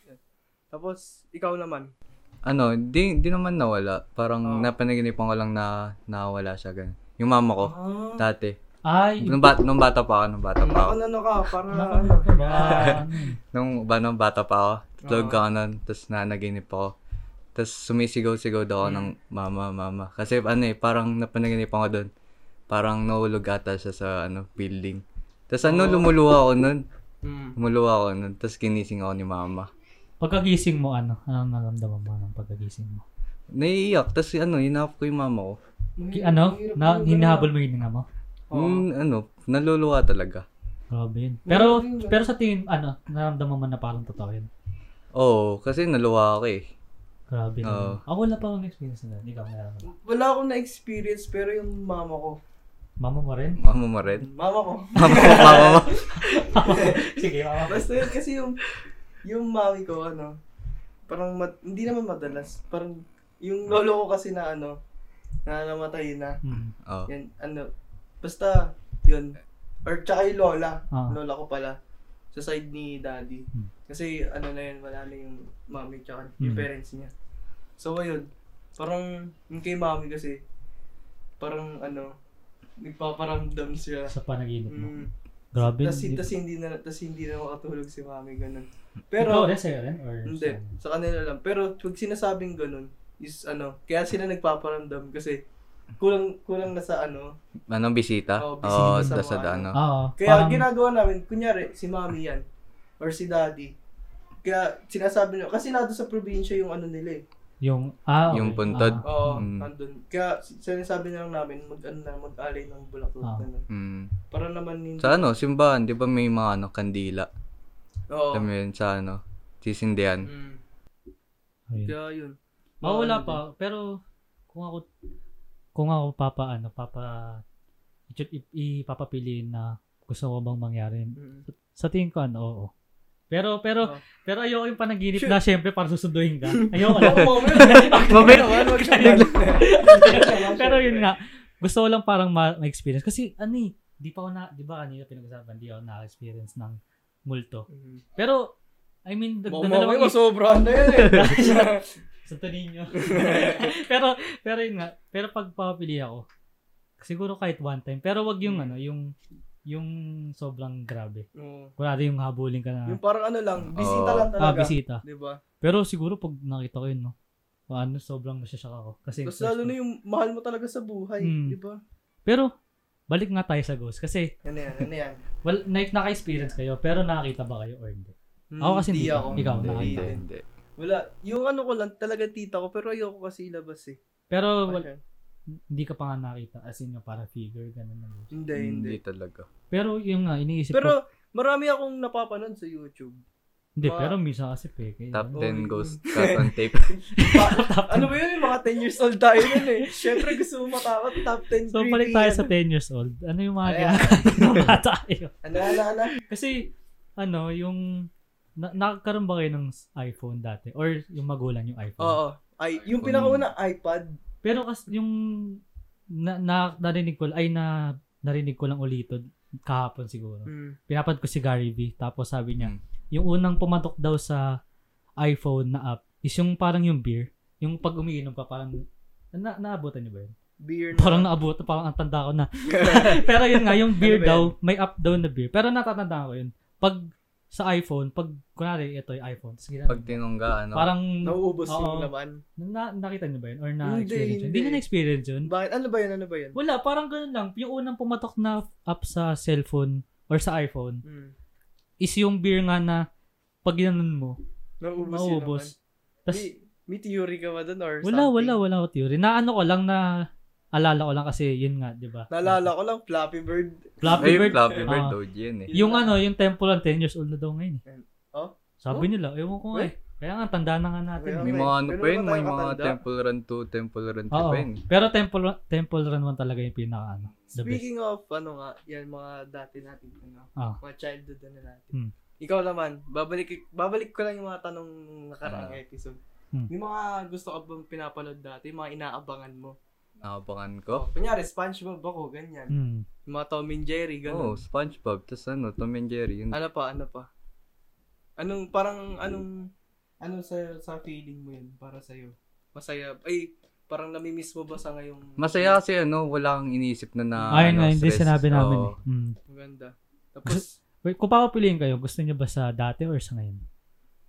Speaker 2: Tapos ikaw naman.
Speaker 3: Ano, di, di naman nawala.
Speaker 2: Oh.
Speaker 3: Parang napanaginipan ko lang na nawala siya. Ganun. Yung mama ko,
Speaker 2: Ah.
Speaker 3: dati.
Speaker 1: Ay,
Speaker 3: Nung, bat, nung bata pa ako, nung bata pa
Speaker 2: Baka
Speaker 3: ako.
Speaker 2: ano ka para ano.
Speaker 1: nakakaloka ba? Ano yun?
Speaker 3: Nung, ba, nung bata pa ako, tulog
Speaker 2: Oo.
Speaker 3: ako nun, tapos nanaginip ako. Tapos sumisigaw-sigaw daw ako ng mama, mama. Kasi ano eh, parang napanaginipan ko doon. Parang nahulog ata siya sa ano, building. Tapos ano,
Speaker 2: Oo.
Speaker 3: lumuluwa ako nun.
Speaker 2: Mm.
Speaker 3: Lumuluwa ako nun. Tapos ginising ako ni mama.
Speaker 1: Pagkagising mo, ano? Anong naramdaman mo ng pagkagising mo?
Speaker 3: Naiiyak. Tapos ano, hinahap ko yung mama ko.
Speaker 1: Ki- ano? Na, hinahabol mo yung hininga mo?
Speaker 2: Oo.
Speaker 3: Mm, ano, naluluwa talaga.
Speaker 1: Grabe yun. Pero,
Speaker 2: Meron din
Speaker 1: pero sa tingin, ano, naramdaman mo na parang totoo yun.
Speaker 3: Oo, kasi naluwa ako eh.
Speaker 1: Grabe na.
Speaker 3: Oo.
Speaker 1: Ako wala pa akong experience na. Ikaw meron ba?
Speaker 2: Wala akong na-experience pero yung mama ko.
Speaker 1: Mama mo rin?
Speaker 3: Mama mo rin.
Speaker 2: Mama ko.
Speaker 3: Mama mo, mama mo.
Speaker 1: Sige, mama.
Speaker 2: Basta yun kasi yung yung mami ko ano, parang mad- hindi naman madalas, parang yung lolo ko kasi na ano, na namatay na.
Speaker 1: Hmm.
Speaker 3: Oo.
Speaker 2: Yan ano, basta yun. Or tsaka yung lola,
Speaker 1: Ah.
Speaker 2: lola ko pala sa side ni daddy.
Speaker 1: Hmm.
Speaker 2: Kasi ano na yun, wala na yung mami tsaka yung
Speaker 1: Hmm.
Speaker 2: parents niya. So ayun, parang yung kay mami kasi, parang ano, nagpaparamdam siya.
Speaker 1: Sa panaginip mo.
Speaker 2: Mm.
Speaker 1: Grabe.
Speaker 2: Tas,
Speaker 1: hindi-
Speaker 2: tas hindi na tas hindi na makatulog si mami ganun.
Speaker 1: Ikaw
Speaker 2: Pero
Speaker 1: rin sa'yo rin? Or
Speaker 2: hindi
Speaker 1: sa-
Speaker 2: sa kanila lang. Pero pag sinasabing ganun is ano, kaya sila nagpaparamdam kasi kulang kulang na sa ano.
Speaker 3: Anong bisita?
Speaker 2: Oo, bisita
Speaker 3: Oo, oh,
Speaker 2: sa
Speaker 3: sa, sa
Speaker 2: mga
Speaker 3: ano.
Speaker 1: Ah, Oo.
Speaker 2: Kaya
Speaker 1: parang-
Speaker 2: ginagawa namin kunyari si mami yan or si daddy. Kaya sinasabi nila kasi nado sa probinsya yung ano nila eh.
Speaker 1: Yung, ah,
Speaker 3: Yung
Speaker 1: okay.
Speaker 3: puntod.
Speaker 1: Ah,
Speaker 2: Oo,
Speaker 3: Mm.
Speaker 2: nandun. Kaya sinasabi na lang namin mag ano na mag-alay ng
Speaker 1: Ah.
Speaker 2: bulaklak ganun.
Speaker 3: Mm.
Speaker 2: Para naman hindi.
Speaker 3: Sa ano, simbahan, di ba may mga ano, kandila?
Speaker 2: Oo.
Speaker 3: Alam mo yun, sa ano, sisindihan.
Speaker 2: Mm.
Speaker 1: ayun.
Speaker 2: Kaya yun.
Speaker 1: Ah, wala
Speaker 2: Ano
Speaker 1: pa. Pero, kung ako, kung ako papa, ano, papa, i- i- ipapapiliin na gusto ko bang mangyari.
Speaker 2: din. Mm.
Speaker 1: Sa tingin ko, ano, oo. Pero, pero,
Speaker 2: Oo.
Speaker 1: pero ayoko yung panaginip
Speaker 2: Sure.
Speaker 1: na, syempre, para susunduin ka. Ayoko lang.
Speaker 2: Ako mamaya.
Speaker 3: Mamaya.
Speaker 2: Wag siyang balik.
Speaker 1: Pero yun nga, gusto ko lang parang ma- ma-experience. Kasi ano eh, di pa ako na, di ba kanina pinag-usapan, di ako na-experience ng multo. Pero, I mean, the, the dalawang is-
Speaker 2: sobra na ano yun eh.
Speaker 1: Santo Niño. pero, pero yun nga, pero pag papapili ako, siguro kahit one time. Pero wag yung
Speaker 2: Hmm.
Speaker 1: ano, yung, yung sobrang grabe.
Speaker 2: Oo.
Speaker 1: Kunwari yung habulin ka na,
Speaker 2: Yung parang ano lang, bisita
Speaker 3: Oo.
Speaker 2: lang
Speaker 1: ah,
Speaker 2: talaga.
Speaker 1: bisita.
Speaker 2: Di ba?
Speaker 1: Pero siguro pag nakita ko yun, no, ano, sobrang masyasyak ako. Kasi,
Speaker 2: Tapos lalo na yung mahal mo talaga sa buhay.
Speaker 1: Mm.
Speaker 2: Di ba?
Speaker 1: pero, balik nga tayo sa ghost. Kasi,
Speaker 2: Ano yan, ano yan.
Speaker 1: Well, na naka-experience kayo, pero nakakita ba kayo or hindi? Hmm, Ako kasi
Speaker 2: Hindi
Speaker 1: hindi.
Speaker 2: ako.
Speaker 1: Ikaw,
Speaker 3: Hindi,
Speaker 1: nakita.
Speaker 3: hindi,
Speaker 2: Hindi.
Speaker 3: hindi.
Speaker 2: Wala. Yung ano ko lang, talaga tita ko, pero ayoko kasi ilabas eh.
Speaker 1: Pero wal-
Speaker 2: Hindi,
Speaker 1: hindi ka pa nga nakita as in yung para figure ganun lang.
Speaker 2: hindi.
Speaker 3: Hindi talaga.
Speaker 1: Pero yung nga iniisip ko,
Speaker 2: Pero marami akong napapanood sa YouTube.
Speaker 1: hindi
Speaker 2: ma-
Speaker 1: pero minsan kasi peke.
Speaker 3: Top
Speaker 1: ano?
Speaker 2: Oo,
Speaker 3: 10
Speaker 2: yun.
Speaker 3: ghost cat on tape.
Speaker 2: ano ba yun? Yung mga 10 years old tayo yun eh. Siyempre gusto mo matakot. Top 10
Speaker 1: So
Speaker 2: creepy
Speaker 1: balik tayo
Speaker 2: yan.
Speaker 1: sa 10 years old. Ano yung mga
Speaker 2: Ayan.
Speaker 1: kinakain ng bata kayo?
Speaker 2: Ano, ano, ano?
Speaker 1: Kasi ano, yung na- nakakaroon ba kayo ng s- iPhone dati or yung magulang yung iPhone?
Speaker 2: Oo. Ay, yung
Speaker 1: Ano?
Speaker 3: iPhone.
Speaker 2: pinakauna, iPad.
Speaker 1: Pero kasi yung na, na narinig ko ay na narinig ko lang ulito kahapon siguro.
Speaker 2: Mm.
Speaker 1: pinapad ko si Gary V. Tapos sabi niya,
Speaker 2: Hmm.
Speaker 3: Mm.
Speaker 1: yung unang pumatok daw sa iPhone na app is yung parang yung beer. Yung pag umiinom ka, parang, na, naabutan niyo ba yun?
Speaker 2: Beer na.
Speaker 1: Parang naabutan, parang ang tanda ko na. Pero yun nga, yung beer
Speaker 2: Ano ba
Speaker 1: daw, may app daw na beer. Pero natatandaan ko yun. Pag sa iPhone, pag, kunwari, ito yung iPhone. Tapos ginagawa-
Speaker 3: Pag tinungga, ano.
Speaker 1: Parang,
Speaker 2: Nauubos yung
Speaker 1: Oo.
Speaker 2: laman.
Speaker 1: na, nakita niyo ba yun? Or
Speaker 2: Hindi,
Speaker 1: na-experience yun? Hindi
Speaker 2: hindi.
Speaker 1: niyo na-experience yun?
Speaker 2: Bakit? Ano ba yan? Ano ba yan?
Speaker 1: Wala, parang ganun lang. Yung unang pumatok na app sa cellphone or sa iPhone
Speaker 2: Mm.
Speaker 1: is yung beer nga na pag ginanon mo,
Speaker 2: Nauubos, yung laman.
Speaker 1: Maubos. Tas,
Speaker 2: May, may theory ka ba dun
Speaker 1: wala,
Speaker 2: or something?
Speaker 1: wala, wala ko theory. Na ano ko lang na, alala ko lang kasi yun nga, di ba?
Speaker 2: Naalala ko lang, Flappy Bird.
Speaker 1: Flappy
Speaker 3: Ay,
Speaker 1: Bird.
Speaker 3: Flappy Bird
Speaker 1: Ah.
Speaker 3: daw yun eh.
Speaker 1: Yung ano, yung Temple Run, 10 years old na daw ngayon. eh.
Speaker 2: Oh?
Speaker 1: Sabi nila, ewan ko nga eh. Kaya nga, tanda na nga natin.
Speaker 2: Kaya
Speaker 1: eh.
Speaker 3: May
Speaker 2: Okay.
Speaker 3: mga ano
Speaker 2: Ganun
Speaker 3: pa yun,
Speaker 2: ba
Speaker 3: may
Speaker 2: tayo
Speaker 3: mga
Speaker 2: katanda?
Speaker 3: Temple Run 2, Temple Run 3
Speaker 1: Oo.
Speaker 3: pa yun. eh.
Speaker 1: Pero Temple Run, Temple Run 1 talaga yung pinaka ano. The best.
Speaker 2: Speaking of, ano nga, yan mga dati natin, ano,
Speaker 1: Ah.
Speaker 2: mga childhood na natin.
Speaker 1: Hmm.
Speaker 2: Ikaw naman, babalik, babalik ko lang yung mga tanong nung nakaraang
Speaker 3: Ah.
Speaker 2: episode.
Speaker 1: Hmm.
Speaker 2: May mga gusto ka bang pinapanood dati, mga inaabangan mo?
Speaker 3: Nakapakan ko.
Speaker 2: Oh, kunyari, Spongebob ako, ganyan.
Speaker 1: Hmm.
Speaker 2: Yung Mga Tom and Jerry,
Speaker 3: Oo,
Speaker 2: ganun.
Speaker 3: oh, Spongebob. Tapos ano, Tom and Jerry. Yun.
Speaker 2: Ano pa, ano pa? Anong, parang, anong, ano sa, sa feeling mo yun para sa'yo? Masaya, ay, parang namimiss mo ba sa ngayong...
Speaker 3: Masaya kasi ano, wala kang iniisip na na
Speaker 1: Ayun
Speaker 3: ano,
Speaker 1: nga, hindi
Speaker 3: stress.
Speaker 1: sinabi namin
Speaker 3: Oo.
Speaker 1: eh. Hmm.
Speaker 2: Maganda. Tapos,
Speaker 1: Wait, kung papapiliin kayo, gusto niyo ba sa dati or sa ngayon?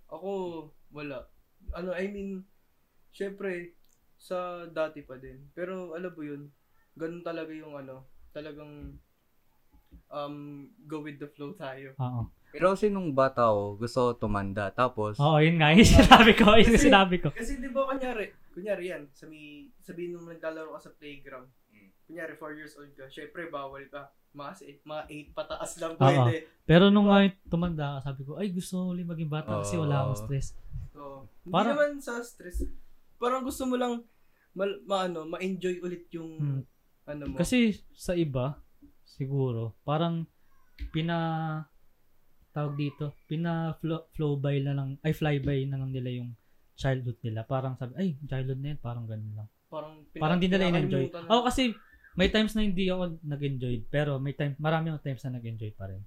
Speaker 2: ako, wala. Ano, I mean, syempre, sa dati pa din. Pero, alam mo yun, ganun talaga yung ano, talagang, um, go with the flow tayo.
Speaker 1: Oo.
Speaker 3: Pero kasi nung bata ako, gusto ko tumanda. Tapos,
Speaker 1: Oo, yun nga. Yung sinabi ko. Yung sinabi ko.
Speaker 2: Kasi di ba kunyari, kunyari yan, sabi, sabihin nung naglalaro ka sa playground, kunyari 4 years old ka, syempre bawal ka, mga, si- mga 8 pataas lang
Speaker 1: Oo.
Speaker 2: pwede.
Speaker 1: Pero nung
Speaker 2: Diba?
Speaker 1: nga tumanda, ka, sabi ko, ay gusto ko ulit maging bata kasi
Speaker 3: Oo.
Speaker 1: wala akong stress.
Speaker 2: So, hindi
Speaker 1: Parang-
Speaker 2: naman sa stress. Parang gusto mo lang mal, maano, ma-enjoy ulit yung
Speaker 1: Hmm.
Speaker 2: ano mo.
Speaker 1: Kasi sa iba, siguro, parang pina tawag dito, pina flow by na lang, ay fly by na lang nila yung childhood nila. Parang sabi, ay, childhood na yun, parang ganun lang.
Speaker 2: parang
Speaker 1: parang di nila in-enjoy.
Speaker 2: pinakalimutan
Speaker 1: Oo, kasi may times na hindi ako nag-enjoy, pero may time, marami akong times na nag-enjoy pa rin.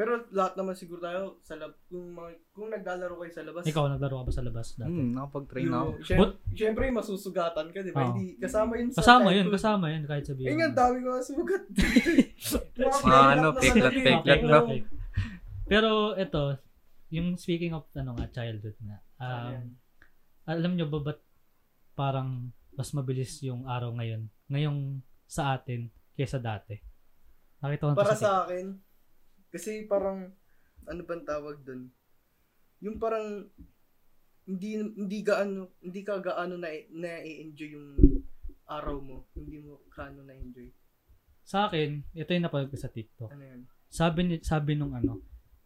Speaker 2: Pero lahat naman siguro tayo sa lab, kung mga, kung naglalaro kayo sa labas.
Speaker 1: Ikaw, naglaro ka ba sa labas dati?
Speaker 3: hmm, nakapag-train ako.
Speaker 2: yung- syem-
Speaker 1: But-
Speaker 2: syempre masusugatan ka, di ba?
Speaker 1: Oo.
Speaker 2: Hindi kasama yun sa
Speaker 1: Kasama yun,
Speaker 2: childhood.
Speaker 1: kasama yun, kahit sabihin.
Speaker 2: Eh nga, dami ko sugat.
Speaker 3: Mga ano, peklat, peklat, Um, no?
Speaker 1: Pero ito, yung speaking of ano nga, childhood nga. Um, alam nyo ba ba't parang mas mabilis yung araw ngayon? Ngayong sa atin kaysa dati? Nakita ko na to
Speaker 2: Para
Speaker 1: sa
Speaker 2: sa akin, kasi parang, ano bang tawag dun? Yung parang, hindi hindi gaano hindi ka gaano na na-enjoy yung araw mo hindi mo kaano na-enjoy
Speaker 1: Sa akin, ito yung napanood ko sa TikTok.
Speaker 2: ano yun
Speaker 1: Sabi, ni- sabi nung ano,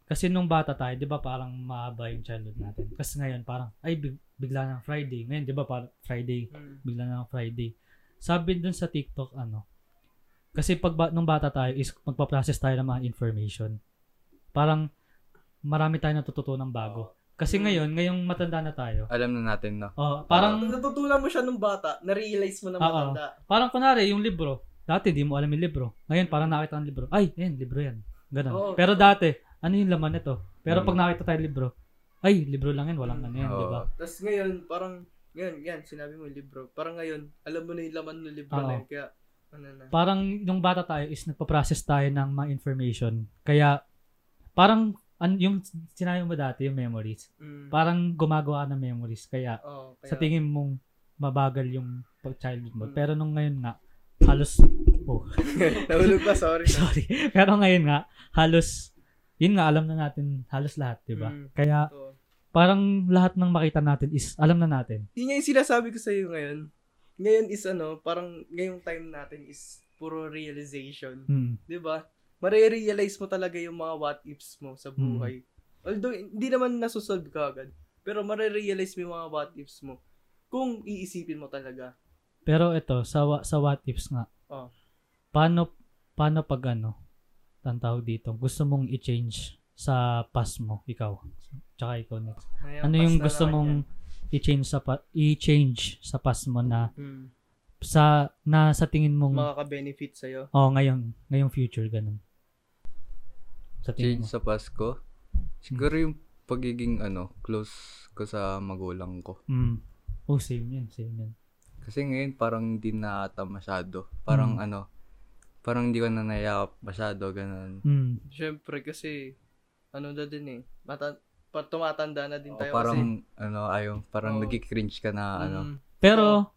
Speaker 1: kasi nung bata tayo, di ba parang mahaba yung childhood natin. Kasi ngayon parang, ay big- bigla ng Friday. Ngayon, di ba parang Friday,
Speaker 2: Hmm.
Speaker 1: bigla na lang Friday. Sabi dun sa TikTok, ano, kasi pag ba- nung bata tayo is magpa-process tayo ng mga information. Parang marami tayong natututunan bago.
Speaker 3: Mm.
Speaker 1: Kasi ngayon, ngayong matanda na tayo,
Speaker 3: Alam na natin na.
Speaker 1: oh, parang,
Speaker 2: Nung natutunan mo siya nung bata na-realize mo na
Speaker 1: Oo.
Speaker 2: matanda
Speaker 1: parang kunwari, yung libro, dati di mo alam yung libro. Ngayon, parang nakita ng libro, ay, yan, libro yan.
Speaker 2: Oo.
Speaker 1: Ganun. Pero dati, ano yung laman nito? Pero
Speaker 3: Mm.
Speaker 1: pag nakita tayo ng libro, ay, libro lang yan, walang ano yan,
Speaker 3: Oo.
Speaker 1: di ba?
Speaker 2: Tapos ngayon, parang, ngayon, yan, sinabi mo, libro. Parang ngayon, alam mo na yung laman ng libro
Speaker 1: Oo.
Speaker 2: na yun, kaya, ano na.
Speaker 1: parang nung bata tayo is nagpa-process tayo ng mga information. Kaya, parang an, yung sinabi mo dati, yung memories,
Speaker 2: Mm.
Speaker 1: parang gumagawa ka ng memories. Kaya,
Speaker 2: Oo, kaya,
Speaker 1: sa tingin mong mabagal yung pag-childhood mo.
Speaker 2: Mm.
Speaker 1: Pero nung ngayon nga, halos, oh,
Speaker 2: Nahulog ba? Sorry.
Speaker 1: sorry. Pero ngayon nga, halos, yun nga, alam na natin halos lahat, di ba?
Speaker 2: Mm.
Speaker 1: Kaya,
Speaker 2: Ito.
Speaker 1: parang lahat ng makita natin is, alam na natin.
Speaker 2: Yun nga yung sinasabi ko sa'yo ngayon. Ngayon is ano, parang ngayong time natin is puro realization.
Speaker 1: Mm.
Speaker 2: Di ba? Marirealize mo talaga yung mga what ifs mo sa
Speaker 1: Hmm.
Speaker 2: buhay. Although, hindi naman nasusolve ka agad. Pero marirealize mo yung mga what ifs mo. Kung iisipin mo talaga.
Speaker 1: Pero ito, sa, wa- sa what ifs nga,
Speaker 2: Oh.
Speaker 1: paano, paano pag ano, ang tawag dito, gusto mong i-change sa past mo, ikaw, tsaka ikaw next.
Speaker 2: Ngayon,
Speaker 1: Ano
Speaker 2: pass
Speaker 1: yung
Speaker 2: na
Speaker 1: gusto
Speaker 2: naman
Speaker 1: mong
Speaker 2: yan.
Speaker 1: i-change sa pa- i-change sa past mo na
Speaker 2: Hmm.
Speaker 1: sa na sa tingin mong
Speaker 2: makaka-benefit sa'yo?
Speaker 1: oh ngayon ngayong future ganun sa tingin
Speaker 3: Change
Speaker 1: mo
Speaker 3: sa Pasko. Siguro yung pagiging ano, close ko sa magulang ko.
Speaker 1: mm. oh same yan same yan
Speaker 3: Kasi ngayon parang hindi na ata masyado. Parang
Speaker 1: Hmm.
Speaker 3: ano, parang hindi ko na nayakap masyado, ganun.
Speaker 1: mm.
Speaker 2: Siyempre kasi ano na din eh. Mata- pa- tumatanda na din
Speaker 3: O
Speaker 2: tayo kasi.
Speaker 3: parang ano, ayaw,
Speaker 2: Oo.
Speaker 3: parang nagki-cringe ka na ano.
Speaker 2: Mm,
Speaker 1: pero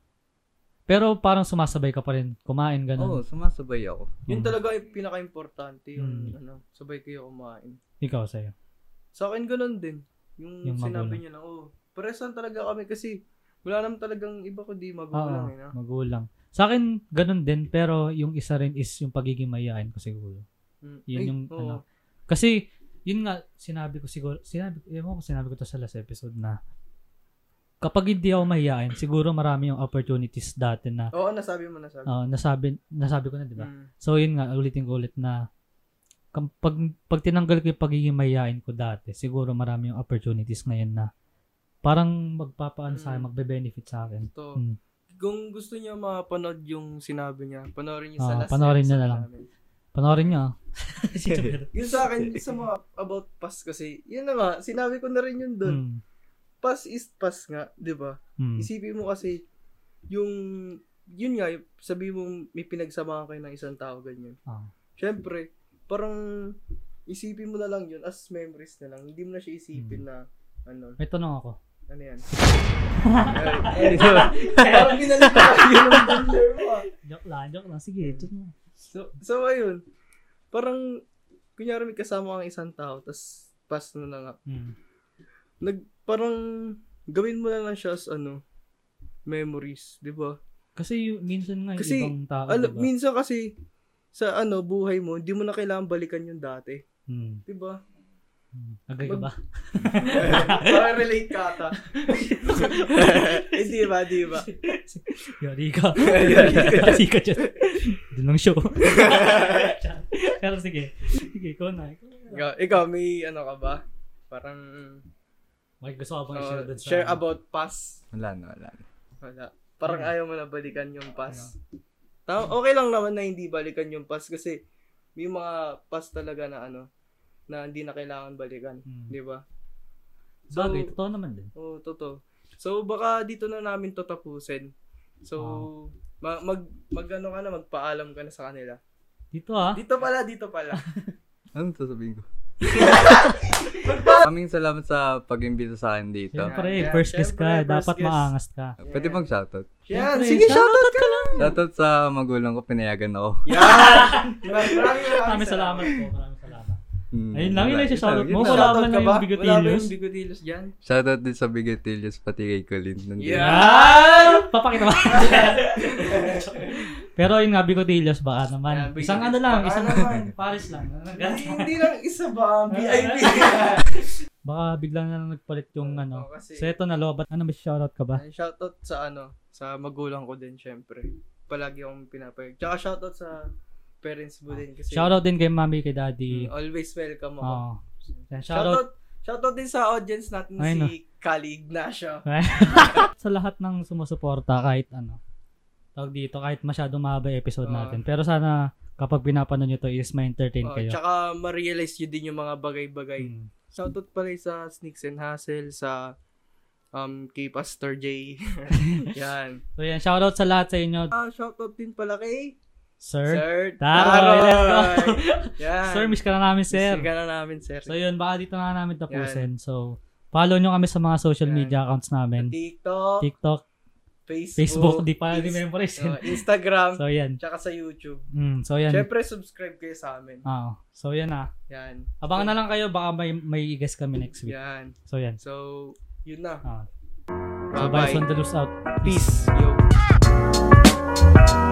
Speaker 1: pero parang sumasabay ka pa rin kumain
Speaker 3: Oo,
Speaker 1: ganun
Speaker 3: sumasabay ako.
Speaker 2: Oh, yun
Speaker 1: Mm.
Speaker 2: talaga yung pinaka-importante yung
Speaker 1: Mm.
Speaker 2: ano, sabay kayo kumain.
Speaker 1: ikaw sa'yo
Speaker 2: Sa akin ganun din. Yung,
Speaker 1: Yung magulang.
Speaker 2: sinabi niya na, oh, pares lang talaga kami kasi wala naman talagang iba kundi magulang
Speaker 1: Oo,
Speaker 2: eh na.
Speaker 1: magulang. Sa akin, ganun din, pero yung isa rin is yung pagiging mayayain ko siguro.
Speaker 2: Mm.
Speaker 1: Yun
Speaker 2: Ay,
Speaker 1: yung,
Speaker 2: oo.
Speaker 1: ano, Kasi, yun nga, sinabi ko siguro, sinabi, ewan ko, kung sinabi ko to sa last episode na, kapag hindi ako mahihain, siguro marami yung opportunities dati na,
Speaker 2: Oo, nasabi mo, nasabi.
Speaker 1: ah, diba? nasabi, nasabi ko na, di ba?
Speaker 2: Mm.
Speaker 1: So, yun nga, ulitin ko ulit na, kam- pag, pag tinanggal ko yung pagiging mahihain ko dati, siguro marami yung opportunities ngayon na, parang magpapaan sa akin,
Speaker 2: Mm.
Speaker 1: magbe-benefit sa akin.
Speaker 2: Ito.
Speaker 1: Mm.
Speaker 2: Kung gusto niya mapanood yung sinabi niya, panoorin
Speaker 1: Ah,
Speaker 2: niyo sa last
Speaker 1: panoorin niyo
Speaker 2: episode
Speaker 1: na lang.
Speaker 2: namin.
Speaker 1: Panoorin nyo. ah.
Speaker 2: Yun sa akin, sa mga about pass kasi, yun na nga, sinabi ko na rin yun doon.
Speaker 1: Mm.
Speaker 2: Pass is pass nga, di ba?
Speaker 1: Mm.
Speaker 2: Isipin mo kasi, yung, yun nga, sabi mo may pinagsamahan kayo ng isang tao, ganyan.
Speaker 1: Ah.
Speaker 2: Siyempre, parang isipin mo na lang yun as memories na lang. Hindi mo na siya isipin na, ano,
Speaker 1: May tanong ako.
Speaker 2: ano yan? Alright, anyway. Parang ginalik ko yun ang bundler mo ah.
Speaker 1: Joke lang, joke lang. Sige, joke lang.
Speaker 2: So, so ayun. Parang, kunyari may kasama kang isang tao, tas pass na na nga.
Speaker 1: Mm.
Speaker 2: Nag, parang, gawin mo na lang siya as ano, memories, di ba?
Speaker 1: Kasi yung, minsan nga yung
Speaker 2: Kasi,
Speaker 1: ibang tao,
Speaker 2: Ano,
Speaker 1: diba?
Speaker 2: minsan kasi, sa ano, buhay mo, hindi mo na kailangan balikan yung dati. diba?
Speaker 1: mm.
Speaker 2: Di ba?
Speaker 1: mm. Agree ka ba?
Speaker 2: Parang relate ka ata. eh, di ba, di ba?
Speaker 1: Yari ka. Yari ka dyan. Doon lang show. Pero sige. Sige, ikaw na. ikaw na.
Speaker 2: Ikaw, ikaw, may ano ka ba? Parang,
Speaker 1: May gusto ka bang
Speaker 2: uh,
Speaker 1: i-share doon sa...
Speaker 2: share about past
Speaker 3: Wala na, wala na.
Speaker 2: Wala. Parang
Speaker 1: Hmm.
Speaker 2: ayaw mo na balikan yung pass. Tama, okay lang naman na hindi balikan yung pass kasi may mga pass talaga na ano, na hindi na kailangan balikan. diba?
Speaker 1: Mm.
Speaker 2: Di ba? So,
Speaker 1: Bagay, totoo naman din.
Speaker 2: Oo, totoo. So, baka dito na namin to tapusin. So, ma- mag, mag, ano ka na, magpaalam ka na sa kanila.
Speaker 1: Dito ah.
Speaker 2: Dito pala, dito pala.
Speaker 3: Anong sasabihin ko? Kaming salamat sa pag-imbita sa akin dito.
Speaker 1: Siyempre,
Speaker 2: Yeah,
Speaker 1: first guest ka.
Speaker 2: siyempre, first
Speaker 1: Dapat
Speaker 2: guest.
Speaker 1: maangas ka.
Speaker 3: Pwede bang shoutout?
Speaker 2: Yan,
Speaker 1: Siyempre,
Speaker 2: sige, shoutout ka lang.
Speaker 3: Shoutout sa magulang ko, pinayagan ako.
Speaker 2: Yan. Maraming maraming
Speaker 1: Maraming salamat po. Maraming salamat.
Speaker 3: Hmm,
Speaker 1: Ayun lang, yun lang siya,
Speaker 3: Yun lang,
Speaker 1: shoutout
Speaker 3: yun
Speaker 1: mo. Wala
Speaker 3: lang.
Speaker 1: ba
Speaker 2: Shoutout
Speaker 1: na
Speaker 2: ka
Speaker 1: yung
Speaker 2: ba? Wala ba
Speaker 1: Bigotillos?
Speaker 2: yung bigotillos dyan?
Speaker 3: Shoutout din sa Bigatilios, pati kay Colin. Nandito.
Speaker 2: Yan!
Speaker 1: Papakita ba? Pero yun nga, Bicotillos, baka naman.
Speaker 2: Yeah, Bicotillos.
Speaker 1: isang ano lang,
Speaker 2: Baka
Speaker 1: isang
Speaker 2: naman.
Speaker 1: Paris lang.
Speaker 2: Hindi, hindi lang isa ba ang VIP?
Speaker 1: Baka bigla na lang nagpalit yung ano.
Speaker 2: Oo, kasi-
Speaker 1: So ito na, Lobat. Ano, may shoutout ka ba?
Speaker 2: Ay, shoutout sa ano, sa magulang ko din syempre. Palagi akong pinapayag. Tsaka shoutout sa parents mo din kasi
Speaker 1: Ah, Shoutout Ah. din kay mami, kay
Speaker 2: Mm,
Speaker 1: daddy.
Speaker 2: always welcome ako.
Speaker 1: Oo. Yan, Shoutout
Speaker 2: shoutout, shoutout din sa audience natin
Speaker 1: Ayun,
Speaker 2: si Kali Ignacio.
Speaker 1: sa lahat ng sumusuporta kahit ano. Tawag dito, kahit masyado mahaba yung episode
Speaker 2: Oo.
Speaker 1: natin. Pero sana kapag pinapanood nyo to is ma-entertain
Speaker 2: Oh,
Speaker 1: kayo.
Speaker 2: tsaka ma-realize yun din yung mga bagay-bagay.
Speaker 1: Mm.
Speaker 2: Shoutout pala sa Sneaks and Hustle, sa um, kay Pastor J. Yan.
Speaker 1: So yan, shoutout sa lahat sa inyo.
Speaker 2: Ah, shoutout din pala kay
Speaker 1: Sir.
Speaker 2: Sir
Speaker 1: Taroy.
Speaker 2: Taroy. Yan.
Speaker 1: Sir, miss ka na namin, sir.
Speaker 2: Miss ka na namin, sir.
Speaker 1: So yun, baka dito na namin tapusin. So, follow nyo kami sa mga social
Speaker 2: Yan.
Speaker 1: media accounts namin.
Speaker 2: TikTok,
Speaker 1: TikTok,
Speaker 2: Facebook,
Speaker 1: Facebook, di pa
Speaker 2: Ins-
Speaker 1: rememorize.
Speaker 2: oh, Instagram,
Speaker 1: So yan.
Speaker 2: tsaka sa YouTube.
Speaker 1: Mm, so yan.
Speaker 2: Siyempre, subscribe kayo sa amin.
Speaker 1: Oo. so yan ah.
Speaker 2: Yan.
Speaker 1: Abangan na lang kayo, baka may, may guest kami next week.
Speaker 2: Yan.
Speaker 1: So yan.
Speaker 2: So, yun na.
Speaker 1: Ah. So bye,
Speaker 2: Bye-bye.
Speaker 1: Sondalus out.
Speaker 2: Peace. Yo.